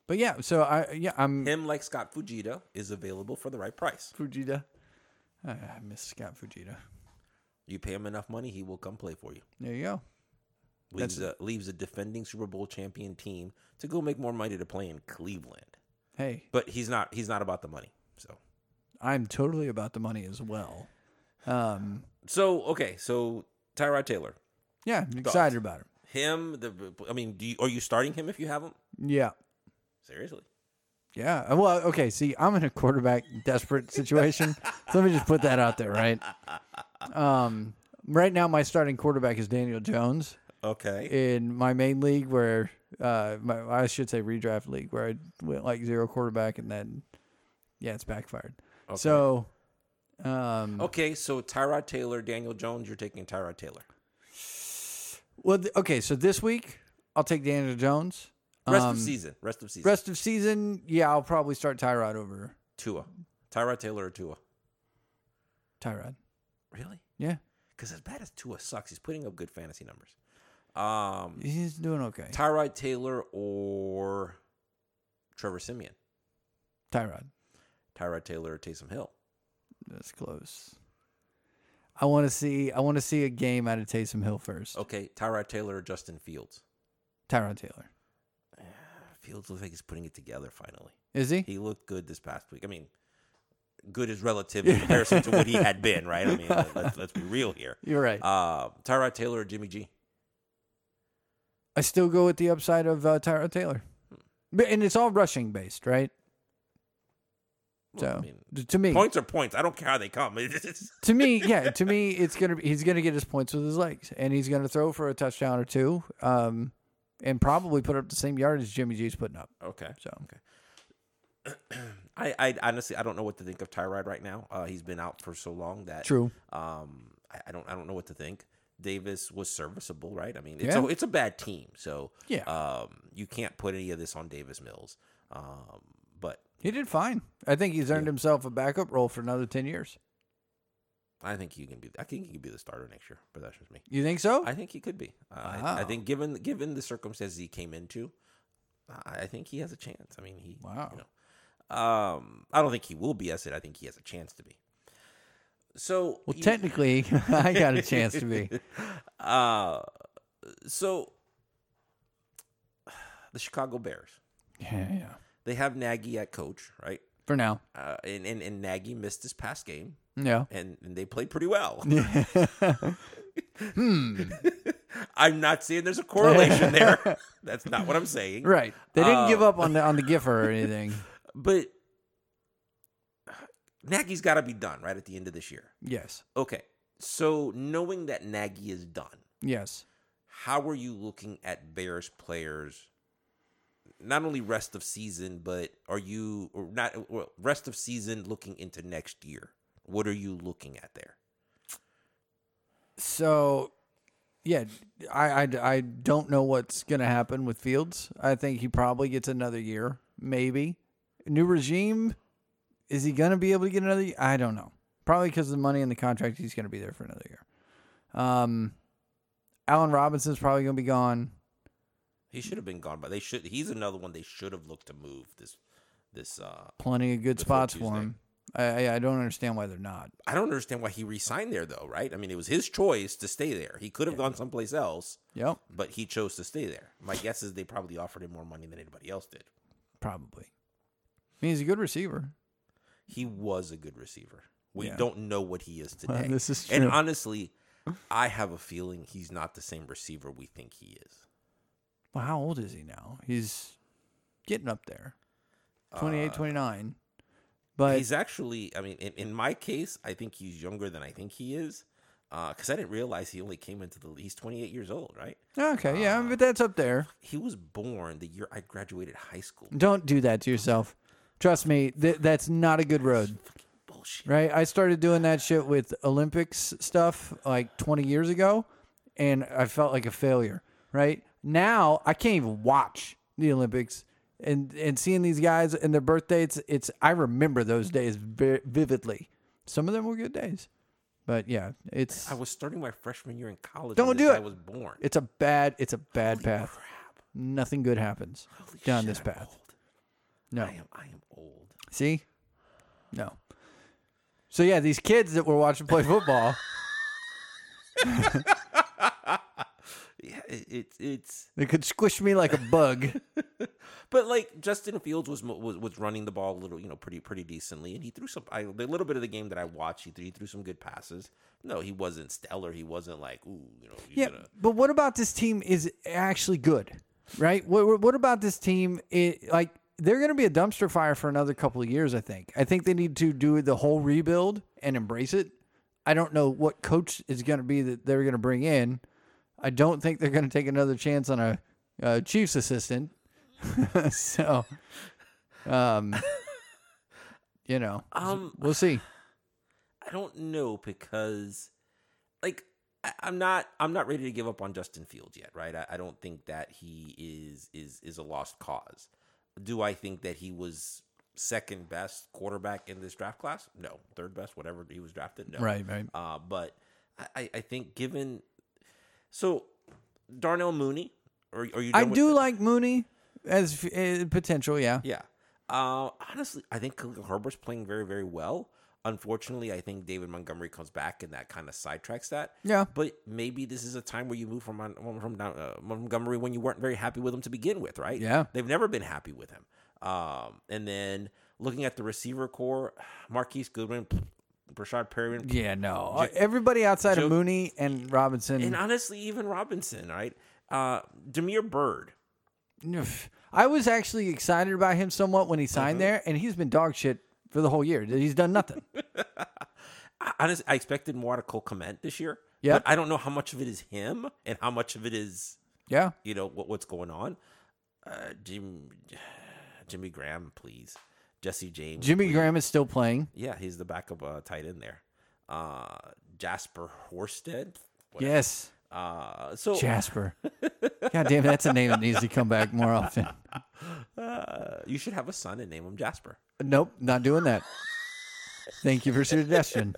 Speaker 7: but yeah, so I yeah I'm
Speaker 8: Him like Scott Fujita is available for the right price.
Speaker 7: Fujita. I, I miss Scott Fujita.
Speaker 8: You pay him enough money, he will come play for you.
Speaker 7: There you go.
Speaker 8: Leaves a, leaves a defending Super Bowl champion team to go make more money to play in Cleveland.
Speaker 7: Hey,
Speaker 8: But he's not he's not about the money. So
Speaker 7: I'm totally about the money as well. Um,
Speaker 8: so okay, so Tyrod Taylor,
Speaker 7: yeah, I'm excited about him.
Speaker 8: him. The I mean, do you, are you starting him if you have him?
Speaker 7: Yeah.
Speaker 8: Seriously,
Speaker 7: Yeah. uh, Well, okay. See, I'm in a quarterback desperate situation. so let me just put that out there, right? Um, right now, my starting quarterback is Daniel Jones
Speaker 8: okay.
Speaker 7: in my main league, where uh, my, I should say redraft league, where I went like zero quarterback, and then yeah, it's backfired. So, um,
Speaker 8: Okay, so Tyrod Taylor, Daniel Jones, you're taking Tyrod Taylor.
Speaker 7: well, th- okay. So this week, I'll take Daniel Jones.
Speaker 8: Rest of
Speaker 7: Um,
Speaker 8: season, rest of season,
Speaker 7: Rest of season, yeah, I'll probably start Tyrod over
Speaker 8: Tua, Tyrod Taylor or Tua.
Speaker 7: Tyrod.
Speaker 8: Really?
Speaker 7: Yeah,
Speaker 8: Because as bad as Tua sucks, he's putting up good fantasy numbers. Um,
Speaker 7: he's doing okay.
Speaker 8: Tyrod Taylor or Trevor Simeon,
Speaker 7: Tyrod.
Speaker 8: Tyrod Taylor or Taysom Hill.
Speaker 7: That's close. I want to see. I want to see a game out of Taysom Hill first.
Speaker 8: Okay, Tyrod Taylor or Justin Fields.
Speaker 7: Tyrod Taylor.
Speaker 8: Fields looks like he's putting it together finally.
Speaker 7: Is he?
Speaker 8: He looked good this past week. I mean, good is relative in comparison to what he had been, right? I mean, let- let's, let's be real here.
Speaker 7: You're right.
Speaker 8: Uh, Tyrod Taylor or Jimmy G?
Speaker 7: I still go with the upside of uh, Tyrod Taylor,
Speaker 8: Hmm.
Speaker 7: but, and it's all rushing based, right?
Speaker 8: Well,
Speaker 7: so
Speaker 8: I mean,
Speaker 7: t- to me,
Speaker 8: points are points. I don't care how they come. It's- it's-
Speaker 7: to me, yeah, to me, it's gonna be, he's gonna get his points with his legs, and he's gonna throw for a touchdown or two, um, and probably put up the same yard as Jimmy G's putting up.
Speaker 8: Oh, okay.
Speaker 7: So
Speaker 8: I, I honestly I don't know what to think of Tyrod right now. Uh, he's been out for so long that
Speaker 7: True.
Speaker 8: Um, I, I don't I don't know what to think. Davis was serviceable, right? I mean, it's
Speaker 7: Yeah.
Speaker 8: a it's a bad team, so
Speaker 7: Yeah.
Speaker 8: Um, you can't put any of this on Davis Mills. Um, but
Speaker 7: he did fine. I think he's earned himself a backup role for another ten years.
Speaker 8: I think he can be. I think he can be the starter next year. But that's just me.
Speaker 7: You think so?
Speaker 8: I think he could be. I- I, I think given given the circumstances he came into, I, I think he has a chance. I mean, he
Speaker 7: Wow.
Speaker 8: You know, um, I don't think he will be. I said I think he has a chance to be. So
Speaker 7: well,
Speaker 8: you-
Speaker 7: technically, I got a chance to be.
Speaker 8: uh, so the Chicago Bears
Speaker 7: Yeah, yeah.
Speaker 8: they have Nagy at coach, right?
Speaker 7: For now,
Speaker 8: Uh, and, and and Nagy missed his past game,
Speaker 7: yeah.
Speaker 8: and, and they played pretty well. I'm not saying there's a correlation there. That's not what I'm saying.
Speaker 7: Right. They didn't give
Speaker 8: Uh,
Speaker 7: up on the on the giffer or anything.
Speaker 8: But Nagy's got to be done right at the end of this year.
Speaker 7: Yes.
Speaker 8: Okay. So knowing that Nagy is done,
Speaker 7: Yes.
Speaker 8: how are you looking at Bears players? Not only rest of season, but are you or not well, rest of season looking into next year? What are you looking at there?
Speaker 7: So, yeah, I, I, I don't know what's going to happen with Fields. I think he probably gets another year, maybe. New regime, is he going to be able to get another year? I don't know. Probably because of the money and the contract, he's going to be there for another year. Um, Allen Robinson's probably going to be gone.
Speaker 8: He should have been gone, but they should. He's another one they should have looked to move this. This uh,
Speaker 7: Plenty of good
Speaker 8: Before
Speaker 7: spots for
Speaker 8: Tuesday.
Speaker 7: him. I, I- I don't understand why they're not.
Speaker 8: I don't understand why he resigned there though, right? I mean, it was his choice to stay there. He could have gone someplace else,
Speaker 7: Yep,
Speaker 8: but he chose to stay there. My guess is they probably offered him more money than anybody else did.
Speaker 7: probably. I mean, he's a good receiver.
Speaker 8: He was a good receiver. We
Speaker 7: Yeah.
Speaker 8: don't know what he is today.
Speaker 7: Well, this is
Speaker 8: And
Speaker 7: true.
Speaker 8: honestly, I have a feeling he's not the same receiver we think he is.
Speaker 7: Well, how old is he now? He's getting up there. 28, 29. But
Speaker 8: Uh, he's actually, I mean, in, in my case, I think he's younger than I think he is. Because I didn't realize he only came into the he's 28 years old, right?
Speaker 7: okay,
Speaker 8: uh,
Speaker 7: yeah, but that's up there.
Speaker 8: He was born the year I graduated high school.
Speaker 7: Don't do that to yourself. Trust me, th- that's not a good road,
Speaker 8: Bullshit.
Speaker 7: right? I started doing that shit with Olympics stuff like 20 years ago, and I felt like a failure, right? Now I can't even watch the Olympics. And, and seeing these guys and their birth dates, it's I remember those days vi- vividly. Some of them were good days, but yeah, it's
Speaker 8: I was starting my freshman year in college.
Speaker 7: Don't
Speaker 8: when this
Speaker 7: do
Speaker 8: guy
Speaker 7: it.
Speaker 8: was born.
Speaker 7: It's a bad. It's a bad path. Nothing good happens down this
Speaker 8: Shit, I'm
Speaker 7: path.
Speaker 8: old.
Speaker 7: No.
Speaker 8: I am. I am old.
Speaker 7: See. No. So yeah, these kids that we're watching play football.
Speaker 8: Yeah, it- it's it's
Speaker 7: They could squish me like a bug.
Speaker 8: But like Justin Fields was mo- was was running the ball a little, you know, pretty pretty decently, and he threw some. I, the little bit of the game that I watched, he threw, he threw some good passes. No, he wasn't stellar. He wasn't like, ooh, you know, he's
Speaker 7: Yeah,
Speaker 8: gonna-
Speaker 7: but what about this team is actually good, right? What, what- what about this team? It, like they're going to be a dumpster fire for another couple of years. I think. I think they need to do the whole rebuild and embrace it. I don't know what coach is going to be that they're going to bring in. I don't think they're going to take another chance on a, uh Chiefs assistant. so, um, you know,
Speaker 8: Um,
Speaker 7: we'll see.
Speaker 8: I don't know because, like, I, I'm not I'm not ready to give up on Justin Fields yet, right? I, I don't think that he is is is a lost cause. Do I think that he was second best quarterback in this draft class? No, third best, whatever he was drafted. No,
Speaker 7: Right, right.
Speaker 8: Uh, but I- I, I think given so Darnell Mooney, or are you?
Speaker 7: I
Speaker 8: done with-
Speaker 7: do like Mooney as uh, potential. Yeah.
Speaker 8: yeah. Uh, honestly, I think Khalil Herbert's playing very, very well. Unfortunately, I think David Montgomery comes back and that kind of sidetracks that.
Speaker 7: Yeah.
Speaker 8: But maybe this is a time where you move from Mon- from down- uh, Montgomery when you weren't very happy with him to begin with, right?
Speaker 7: Yeah.
Speaker 8: They've never been happy with him. Um, and then looking at the receiver core, Marquise Goodwin, Brashad Perryman,
Speaker 7: Yeah, no. Uh, Everybody outside
Speaker 8: Joe-
Speaker 7: of Mooney and Robinson.
Speaker 8: and honestly, even Robinson, right? Uh, Demir Bird.
Speaker 7: Oof. I was actually excited about him somewhat when he signed
Speaker 8: Uh-huh.
Speaker 7: there, and he's been dog shit for the whole year. He's done nothing.
Speaker 8: I, honestly, I expected more out of Cole Komet this year.
Speaker 7: Yeah.
Speaker 8: But I don't know how much of it is him and how much of it is
Speaker 7: yeah.
Speaker 8: you know what what's going on. Uh, Jim, Jimmy Graham, please. Jesse James.
Speaker 7: Jimmy
Speaker 8: please.
Speaker 7: Graham is still playing.
Speaker 8: Yeah, he's the backup uh, tight end there. Uh, Jasper Horsted. whatever.
Speaker 7: Yes.
Speaker 8: Uh, so
Speaker 7: Jasper. God damn it, that's a name that needs to come back more often.
Speaker 8: uh, you should have a son and name him Jasper.
Speaker 7: Nope, not doing that. Thank you for suggestion.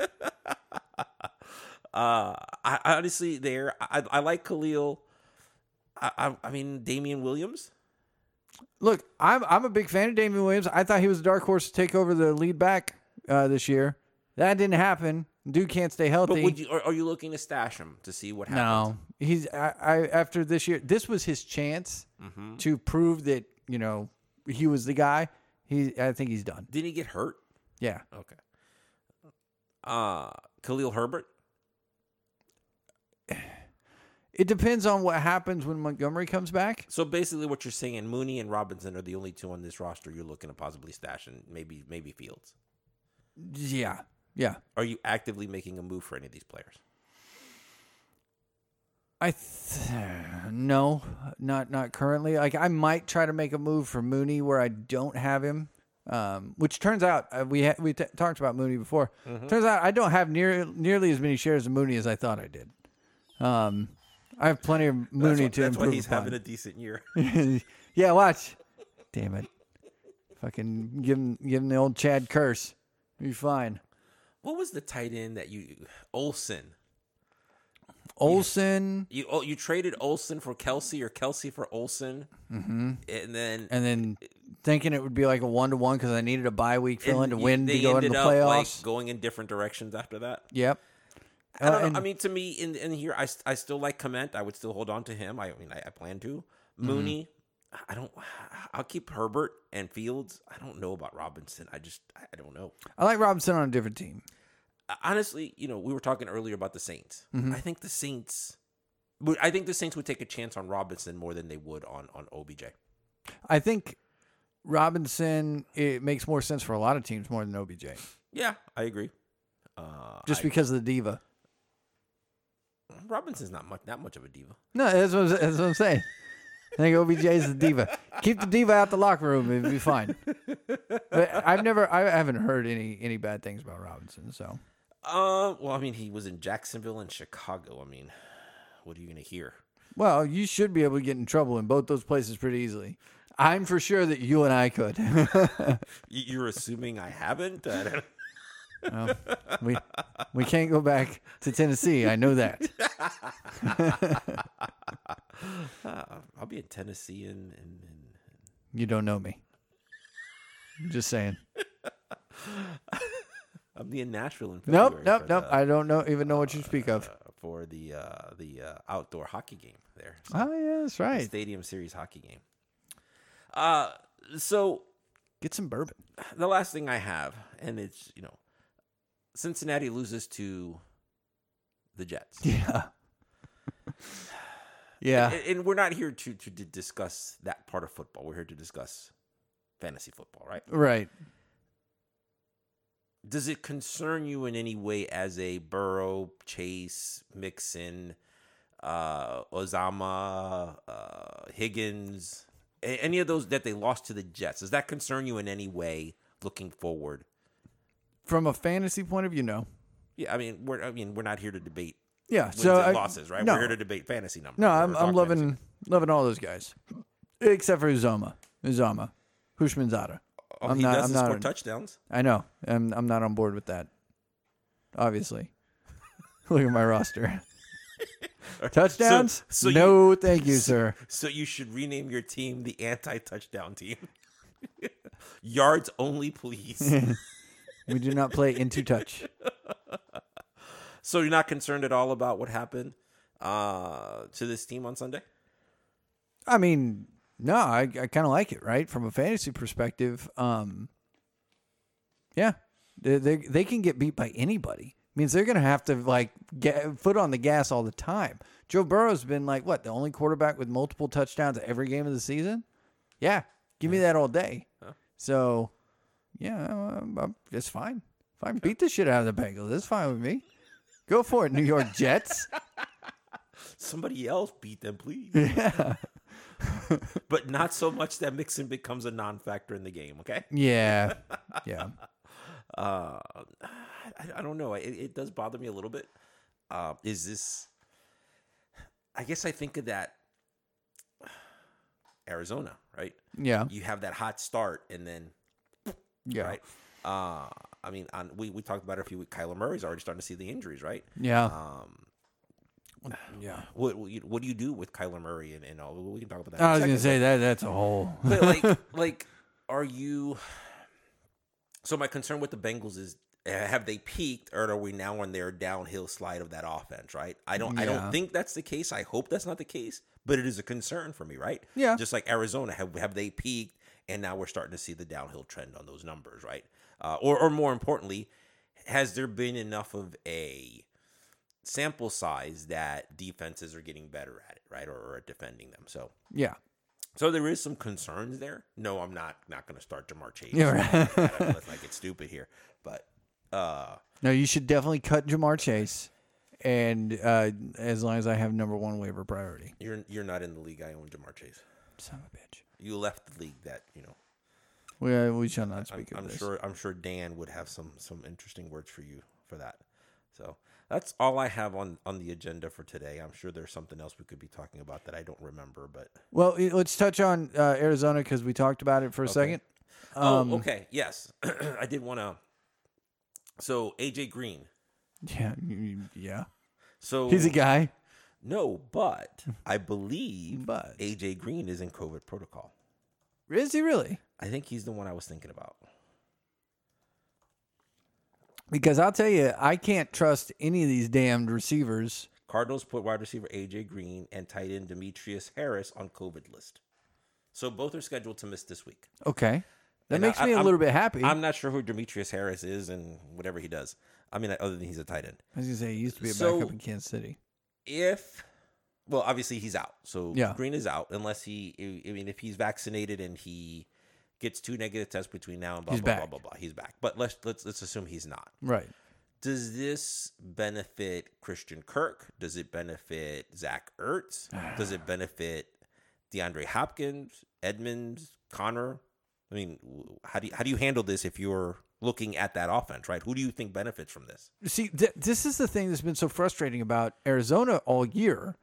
Speaker 8: Uh, I I honestly there, I, I like Khalil. I, I, I mean Damian Williams.
Speaker 7: Look, I'm I'm a big fan of Damian Williams. I thought he was a dark horse to take over the lead back uh, this year. That didn't happen. Dude can't stay healthy.
Speaker 8: But would you are, are you looking to stash him to see what
Speaker 7: No,
Speaker 8: happens?
Speaker 7: he's I, I after this year. This was his chance
Speaker 8: Mm-hmm.
Speaker 7: to prove that you know he was the guy. He, I think he's done.
Speaker 8: Didn't he get hurt?
Speaker 7: Yeah,
Speaker 8: Okay. Uh Khalil Herbert.
Speaker 7: it depends on what happens when Montgomery comes back.
Speaker 8: So basically, what you're saying, Mooney and Robinson are the only two on this roster you're looking to possibly stash, and maybe maybe Fields.
Speaker 7: Yeah, yeah.
Speaker 8: Are you actively making a move for any of these players?
Speaker 7: I th- no, not not currently. Like I might try to make a move for Mooney where I don't have him. Um, which turns out uh, we ha- we t- talked about Mooney before.
Speaker 8: Mm-hmm.
Speaker 7: Turns out I don't have near nearly as many shares of Mooney as I thought I did. Um, I have plenty of Mooney
Speaker 8: that's
Speaker 7: to
Speaker 8: why, that's
Speaker 7: improve
Speaker 8: why he's
Speaker 7: upon.
Speaker 8: having a decent year.
Speaker 7: yeah, watch. Damn it. Fucking give him give him the old Chad curse. Be fine.
Speaker 8: what was the tight end that you Olson?
Speaker 7: Olson
Speaker 8: You oh, you traded Olson for Kelsey or Kelsey for Olson, mm-hmm. and then
Speaker 7: and then thinking it would be like a one to one because I needed a bye week fill in to
Speaker 8: and you-
Speaker 7: win to
Speaker 8: they
Speaker 7: go into
Speaker 8: ended
Speaker 7: the
Speaker 8: up, like,
Speaker 7: playoffs.
Speaker 8: going in different directions after that.
Speaker 7: yep.
Speaker 8: I don't
Speaker 7: Uh,
Speaker 8: know.
Speaker 7: and-
Speaker 8: I mean, to me, in in here, I, st- I still like Comment. I would still hold on to him. I mean, I, I plan to. Mooney, I don't. I'll keep Herbert and Fields. I don't know about Robinson. I just, I don't know. Uh,
Speaker 7: I like Robinson on a different team.
Speaker 8: Honestly, you know, we were talking earlier about the Saints. I think the Saints. would- I think the Saints would take a chance on Robinson more than they would on on OBJ.
Speaker 7: I think Robinson it makes more sense for a lot of teams more than OBJ
Speaker 8: Yeah, I agree. Uh,
Speaker 7: just
Speaker 8: I-
Speaker 7: because of the diva.
Speaker 8: Robinson's not much that much of a diva.
Speaker 7: No, that's what, I'm- that's what I'm saying. I think OBJ is the diva. Keep the diva out the locker room; it'd be fine. But I've never, I haven't heard any any bad things about Robinson. So
Speaker 8: Uh, well, I mean, he was in Jacksonville and Chicago. I mean, what are you gonna hear?
Speaker 7: Well, you should be able to get in trouble in both those places pretty easily. I'm for sure that you and I could.
Speaker 8: Y- You're assuming I haven't. I don't-
Speaker 7: we we can't go back to Tennessee. I know that.
Speaker 8: I'll be in Tennessee and, and, and
Speaker 7: You don't know me. Just saying.
Speaker 8: I'll be in Nashville in
Speaker 7: Nope,
Speaker 8: February.
Speaker 7: nope,
Speaker 8: for
Speaker 7: nope.
Speaker 8: the-
Speaker 7: I don't know even know what you speak of.
Speaker 8: uh, for the uh, the uh, outdoor hockey game there. So
Speaker 7: Oh yeah, that's
Speaker 8: the
Speaker 7: right.
Speaker 8: Stadium Series hockey game. Uh, so
Speaker 7: Get some bourbon.
Speaker 8: the last thing I have, and it's you know, Cincinnati loses to the Jets,
Speaker 7: Yeah. yeah.
Speaker 8: and, and we're not here to, to to discuss that part of football. We're here to discuss fantasy football, right?
Speaker 7: right.
Speaker 8: Does it concern you in any way as a Burrow, Chase, Mixon, uh, Ozama, uh, Higgins, a- any of those that they lost to the Jets? Does that concern you in any way looking forward?
Speaker 7: From a fantasy point of view, no.
Speaker 8: Yeah, I mean, we're I mean, we're not here to debate
Speaker 7: Yeah.
Speaker 8: wins
Speaker 7: so
Speaker 8: and
Speaker 7: I-
Speaker 8: losses, right?
Speaker 7: No,
Speaker 8: We're here to debate fantasy numbers.
Speaker 7: no
Speaker 8: We're
Speaker 7: I'm, I'm
Speaker 8: talking
Speaker 7: loving
Speaker 8: fantasy.
Speaker 7: loving all those guys, except for Uzama, Uzama, Hushmanzada.
Speaker 8: Oh,
Speaker 7: I'm
Speaker 8: he
Speaker 7: not-
Speaker 8: doesn't
Speaker 7: I'm not
Speaker 8: score
Speaker 7: on-
Speaker 8: touchdowns.
Speaker 7: I know. I'm I'm not on board with that. Obviously. Look at my roster. Touchdowns?
Speaker 8: so you-
Speaker 7: no, thank you, sir.
Speaker 8: So you should rename your team the anti-touchdown team. Yards only, please.
Speaker 7: We do not play into touch.
Speaker 8: so you're not concerned at all about what happened uh, to this team on Sunday?
Speaker 7: I mean, no, I, I kind of like it, right? From a fantasy perspective, um, yeah, they, they they can get beat by anybody. Means they're gonna have to like get foot on the gas all the time. Joe Burrow's been like what the only quarterback with multiple touchdowns every game of the season. Yeah, give me that all day. So, yeah, I'm, I'm, it's fine. Fine, beat the shit out of the Bengals. It's fine with me. Go for it, New York Jets.
Speaker 8: Somebody else beat them, please. but not so much that Mixon becomes a non-factor in the game. Okay.
Speaker 7: yeah, yeah.
Speaker 8: uh, I, I don't know. It, it does bother me a little bit. Uh, is this? I guess I think of that Arizona, right?
Speaker 7: Yeah,
Speaker 8: You have that hot start, and then
Speaker 7: yeah,
Speaker 8: right. Uh, I mean, on we, we talked about it a few weeks. Kyler Murray's already starting to see the injuries, right?
Speaker 7: yeah.
Speaker 8: Um,
Speaker 7: Yeah.
Speaker 8: what what, you, what do you do with Kyler Murray and, and all? We can talk about that. in a
Speaker 7: I was gonna
Speaker 8: second,
Speaker 7: say that that's a whole.
Speaker 8: but like like are you so my concern with the bengals is uh, have they peaked or are we now on their downhill slide of that offense right i don't i
Speaker 7: Yeah.
Speaker 8: don't think that's the case i hope that's not the case but it is a concern for me right
Speaker 7: Yeah.
Speaker 8: just like arizona have have they peaked and now we're starting to see the downhill trend on those numbers right uh, or or more importantly has there been enough of a sample size that defenses are getting better at it right or, or at defending them so
Speaker 7: Yeah.
Speaker 8: so there is some concerns there. No, I'm not not going to start Jamar Chase.
Speaker 7: Yeah, right.
Speaker 8: I don't know, it's like it's stupid here, but uh,
Speaker 7: No, you should definitely cut Jamar Chase, and uh, as long as I have number one waiver priority.
Speaker 8: you're you're not in the league. I own Jamar Chase.
Speaker 7: Son of a bitch.
Speaker 8: You left the league that you know.
Speaker 7: We uh, we shall not
Speaker 8: I'm,
Speaker 7: speak of
Speaker 8: I'm
Speaker 7: this.
Speaker 8: sure I'm sure Dan would have some some interesting words for you for that. So that's all I have on on the agenda for today. I'm sure there's something else we could be talking about that I don't remember, but
Speaker 7: Well, i- let's touch on uh, Arizona because we talked about it for a second. Um,
Speaker 8: oh, okay, yes, I did want to. So AJ Green.
Speaker 7: Yeah, you- you- yeah.
Speaker 8: So
Speaker 7: He's a guy.
Speaker 8: No, but I believe
Speaker 7: But.
Speaker 8: AJ Green is in COVID protocol.
Speaker 7: Is he really?
Speaker 8: I think he's the one I was thinking about.
Speaker 7: Because I'll tell you, I can't trust any of these damned receivers.
Speaker 8: Cardinals put wide receiver AJ Green and tight end Demetrius Harris on COVID list. So both are scheduled to miss this week.
Speaker 7: Okay, that
Speaker 8: And
Speaker 7: makes
Speaker 8: I-
Speaker 7: me a
Speaker 8: I'm-
Speaker 7: little bit happy.
Speaker 8: I'm not sure who Demetrius Harris is and whatever he does. I mean, other than he's a tight end.
Speaker 7: I was gonna say he used to be a
Speaker 8: So-
Speaker 7: backup in Kansas City.
Speaker 8: If, well, obviously he's out. So
Speaker 7: Yeah.
Speaker 8: Green is out unless he, I mean, if he's vaccinated and he gets two negative tests between now and blah
Speaker 7: He's
Speaker 8: blah, blah
Speaker 7: back.
Speaker 8: blah blah, he's back. But let's let's let's assume he's not.
Speaker 7: Right.
Speaker 8: Does this benefit Christian Kirk? Does it benefit Zach Ertz? Does it benefit DeAndre Hopkins, Edmonds, Connor? I mean, w- how do you, how do you handle this if you're looking at that offense, right? Who do you think benefits from this?
Speaker 7: see th- this is the thing that's been so frustrating about Arizona all year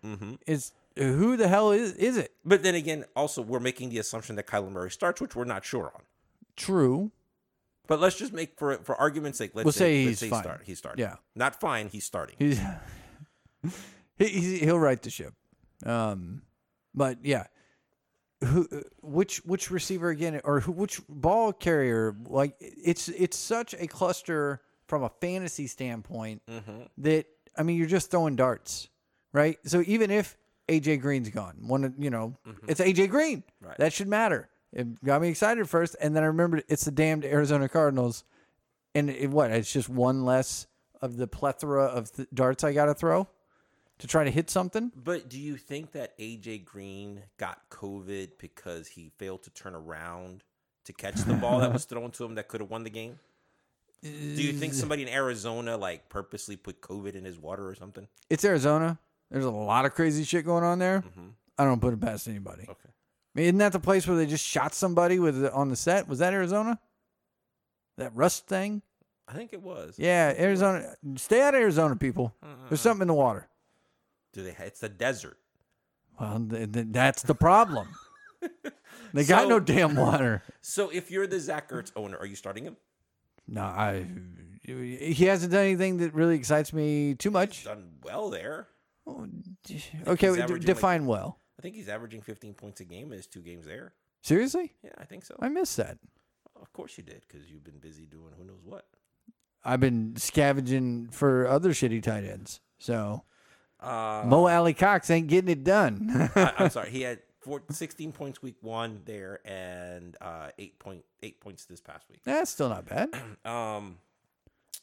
Speaker 7: is uh, who the hell is is it?
Speaker 8: But then again, also we're making the assumption that Kyler Murray starts, which we're not sure on.
Speaker 7: True.
Speaker 8: But let's just make for for argument's sake, let's
Speaker 7: We'll
Speaker 8: say,
Speaker 7: say
Speaker 8: let's
Speaker 7: he's
Speaker 8: say
Speaker 7: fine.
Speaker 8: start, he's starting.
Speaker 7: Yeah.
Speaker 8: not fine. He's starting.
Speaker 7: He's, he he's, he'll right the ship. Um, but yeah, who uh, which which receiver again or who which ball carrier? Like it's it's such a cluster from a fantasy standpoint that I mean, you're just throwing darts, right? So even if AJ Green's gone, one of you know, it's AJ Green.
Speaker 8: Right.
Speaker 7: That should matter. It got me excited first, and then I remembered it's the damned Arizona Cardinals, and it, what? It's just one less of the plethora of th- darts I got to throw to try to hit something.
Speaker 8: But do you think that AJ Green got COVID because he failed to turn around to catch the ball that was thrown to him that could have won the game? Do you think somebody in Arizona like purposely put COVID in his water or something?
Speaker 7: It's Arizona. There's a lot of crazy shit going on there.
Speaker 8: Mm-hmm.
Speaker 7: I don't put it past anybody. Okay. I mean, isn't that the place where they just shot somebody with on the set? Was that Arizona? That rust thing?
Speaker 8: I think it was.
Speaker 7: Yeah, Arizona. Stay out of Arizona, people. There's something in the water.
Speaker 8: Do they? It's the desert.
Speaker 7: Well, th- th- that's the problem. they got
Speaker 8: So-
Speaker 7: no damn water.
Speaker 8: So if you're the Zach Ertz owner, are you starting him?
Speaker 7: No, I. He hasn't done anything that really excites me too much.
Speaker 8: Done well there.
Speaker 7: Okay,
Speaker 8: he's
Speaker 7: d-
Speaker 8: averaging, like-
Speaker 7: define well.
Speaker 8: I think he's averaging 15 points a game in his two games there.
Speaker 7: Seriously,
Speaker 8: Yeah, I think so.
Speaker 7: I miss that.
Speaker 8: of course you did because you've been busy doing who knows what.
Speaker 7: I've been scavenging for other shitty tight ends. So
Speaker 8: Uh,
Speaker 7: Mo Alley Cox ain't getting it done.
Speaker 8: I, I'm sorry. He had four, 16 points week one there and uh, eight point eight points this past week.
Speaker 7: That's still not bad.
Speaker 8: Um,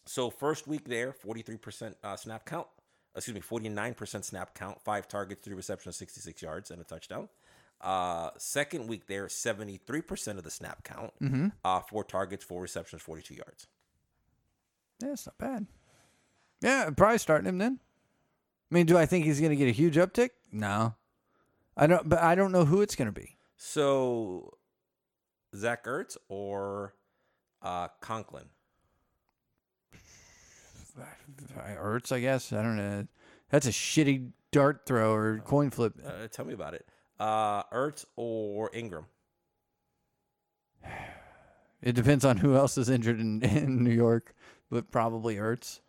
Speaker 8: so first week there, 43% uh, snap count. Excuse me, 49% snap count, five targets, three receptions, 66 yards, and a touchdown. Uh, second week there, 73% of the snap count, uh, four targets, four receptions, 42 yards.
Speaker 7: That's not bad. Yeah, I'd probably starting him then. I mean, do I think he's going to get a huge uptick? No, I don't. But I don't know who it's going to be.
Speaker 8: So Zach Ertz or uh, Conklin?
Speaker 7: Ertz, I guess. I don't know. That's a shitty dart throw or coin flip.
Speaker 8: Uh, tell me about it. Uh, Ertz or Ingram?
Speaker 7: It depends on who else is injured in, in New York, but probably Ertz.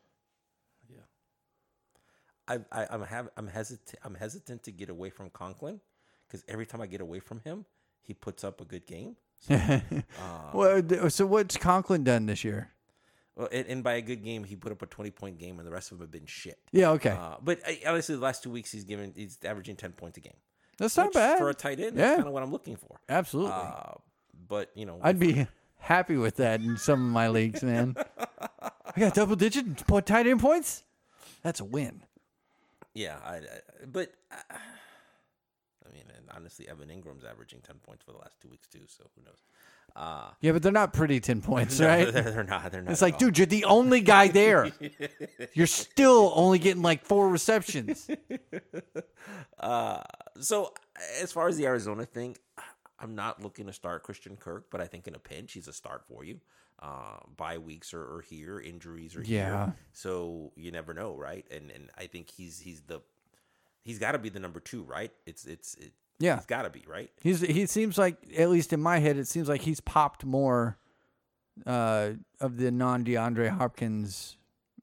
Speaker 8: I, I I'm have I'm hesitant I'm hesitant to get away from Conklin because every time I get away from him, he puts up a good game. So, Uh,
Speaker 7: well, th- so what's Conklin done this year?
Speaker 8: well, and, and by a good game, he put up a 20 point game, and the rest of them have been shit.
Speaker 7: Yeah, okay,
Speaker 8: Uh, but I, honestly, the last two weeks he's given he's averaging 10 points a game.
Speaker 7: that's not
Speaker 8: Which,
Speaker 7: bad.
Speaker 8: for a tight end.
Speaker 7: Yeah.
Speaker 8: That's kind of what I'm looking for.
Speaker 7: Absolutely,
Speaker 8: Uh, but you know,
Speaker 7: I'd be happy with that in some of my leagues, man. I got double digit po- tight end points. That's a win.
Speaker 8: yeah. I, I but uh, I mean, and honestly, Evan Ingram's averaging 10 points for the last two weeks too. So who knows?
Speaker 7: Yeah, but they're not pretty ten points,
Speaker 8: No,
Speaker 7: right?
Speaker 8: they're, they're not. They're not.
Speaker 7: It's
Speaker 8: at
Speaker 7: like,
Speaker 8: all.
Speaker 7: dude, you're the only guy there. You're still only getting like four receptions.
Speaker 8: So as far as the Arizona thing, I'm not looking to start Christian Kirk, but I think in a pinch he's a start for you. Uh, bye weeks are, are here, injuries are
Speaker 7: Yeah.
Speaker 8: here, so you never know, right? And and I think he's he's the he's got to be the number two, right? It's it's it,
Speaker 7: Yeah.
Speaker 8: he's got to be right.
Speaker 7: He's he seems like at least in my head, it seems like he's popped more uh, of the non DeAndre Hopkins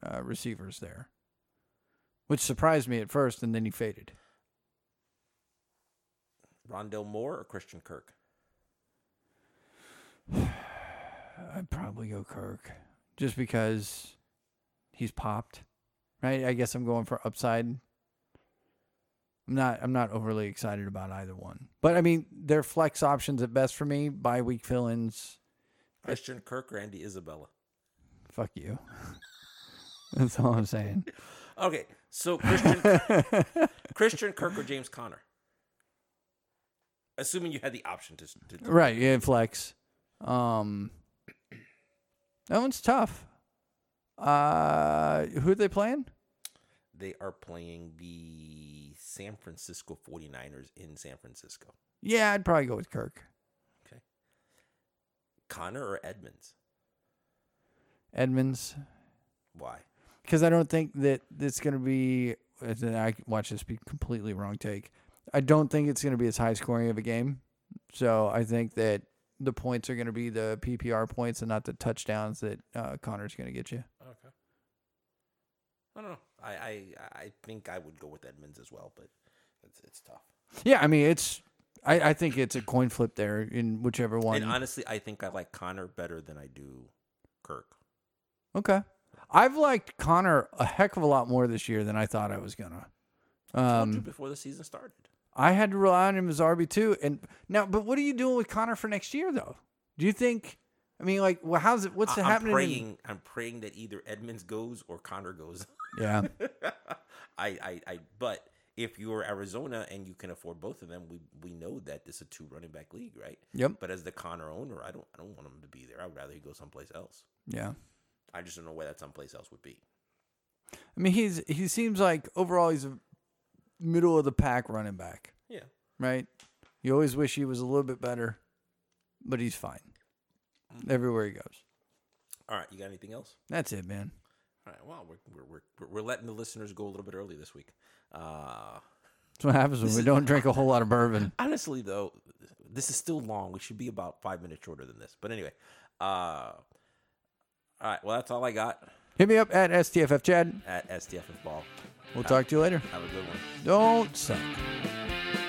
Speaker 7: uh, receivers there, which surprised me at first, and then he faded.
Speaker 8: Rondell Moore or Christian Kirk?
Speaker 7: I'd probably go Kirk just because he's popped. Right? I guess I'm going for upside. I'm not I'm not overly excited about either one. But I mean, they're flex options at best for me. Bye week fill ins.
Speaker 8: Christian Kirk or Andy Isabella?
Speaker 7: Fuck you. That's all I'm saying.
Speaker 8: Okay, so Christian Christian Kirk or James Conner? Assuming you had the option to, to
Speaker 7: Right, yeah, flex. Um That one's tough. Uh who are they playing?
Speaker 8: they are playing the San Francisco 49ers in San Francisco.
Speaker 7: Yeah, I'd probably go with Kirk.
Speaker 8: Connor or Edmonds?
Speaker 7: Edmonds.
Speaker 8: Why?
Speaker 7: because I don't think that it's going to be. and I watch this be completely wrong take. I don't think it's going to be as high scoring of a game. So I think that the points are going to be the PPR points and not the touchdowns that uh, Connor's going to get you.
Speaker 8: Okay. I don't know. I, I I think I would go with Edmonds as well, but it's it's tough.
Speaker 7: Yeah, I mean it's. I, I think it's a coin flip there in whichever one.
Speaker 8: And honestly, I think I like Connor better than I do Kirk.
Speaker 7: okay. I've liked Connor a heck of a lot more this year than I thought I was gonna. Um,
Speaker 8: before the season started.
Speaker 7: I had to rely on him as RB two, and now, but what are you doing with Connor for next year though? Do you think? I mean, like, well, how's it? What's
Speaker 8: I- I'm
Speaker 7: happening? in-
Speaker 8: praying. I'm praying that either Edmonds goes or Connor goes.
Speaker 7: yeah,
Speaker 8: I, I, I. But if you're Arizona and you can afford both of them, we we know that this is a two running back league, right?
Speaker 7: Yep.
Speaker 8: But as the Connor owner, I don't I don't want him to be there. I would rather he go someplace else.
Speaker 7: yeah.
Speaker 8: I just don't know where that someplace else would be.
Speaker 7: I mean, he's he seems like overall he's a middle of the pack running back,
Speaker 8: Yeah.
Speaker 7: right? You always wish he was a little bit better, but he's fine everywhere he goes.
Speaker 8: All right. You got anything else?
Speaker 7: That's it, man.
Speaker 8: All right. Well, we're we're we're, we're letting the listeners go a little bit early this week. Uh,
Speaker 7: That's what happens when we don't drink a whole lot of bourbon.
Speaker 8: honestly though this is still long we should be about five minutes shorter than this but anyway uh all right well that's all i got
Speaker 7: Hit me up at STFF Chad.
Speaker 8: at stff ball
Speaker 7: We'll talk to you later.
Speaker 8: have a good one
Speaker 7: Don't suck.
Speaker 8: Bye.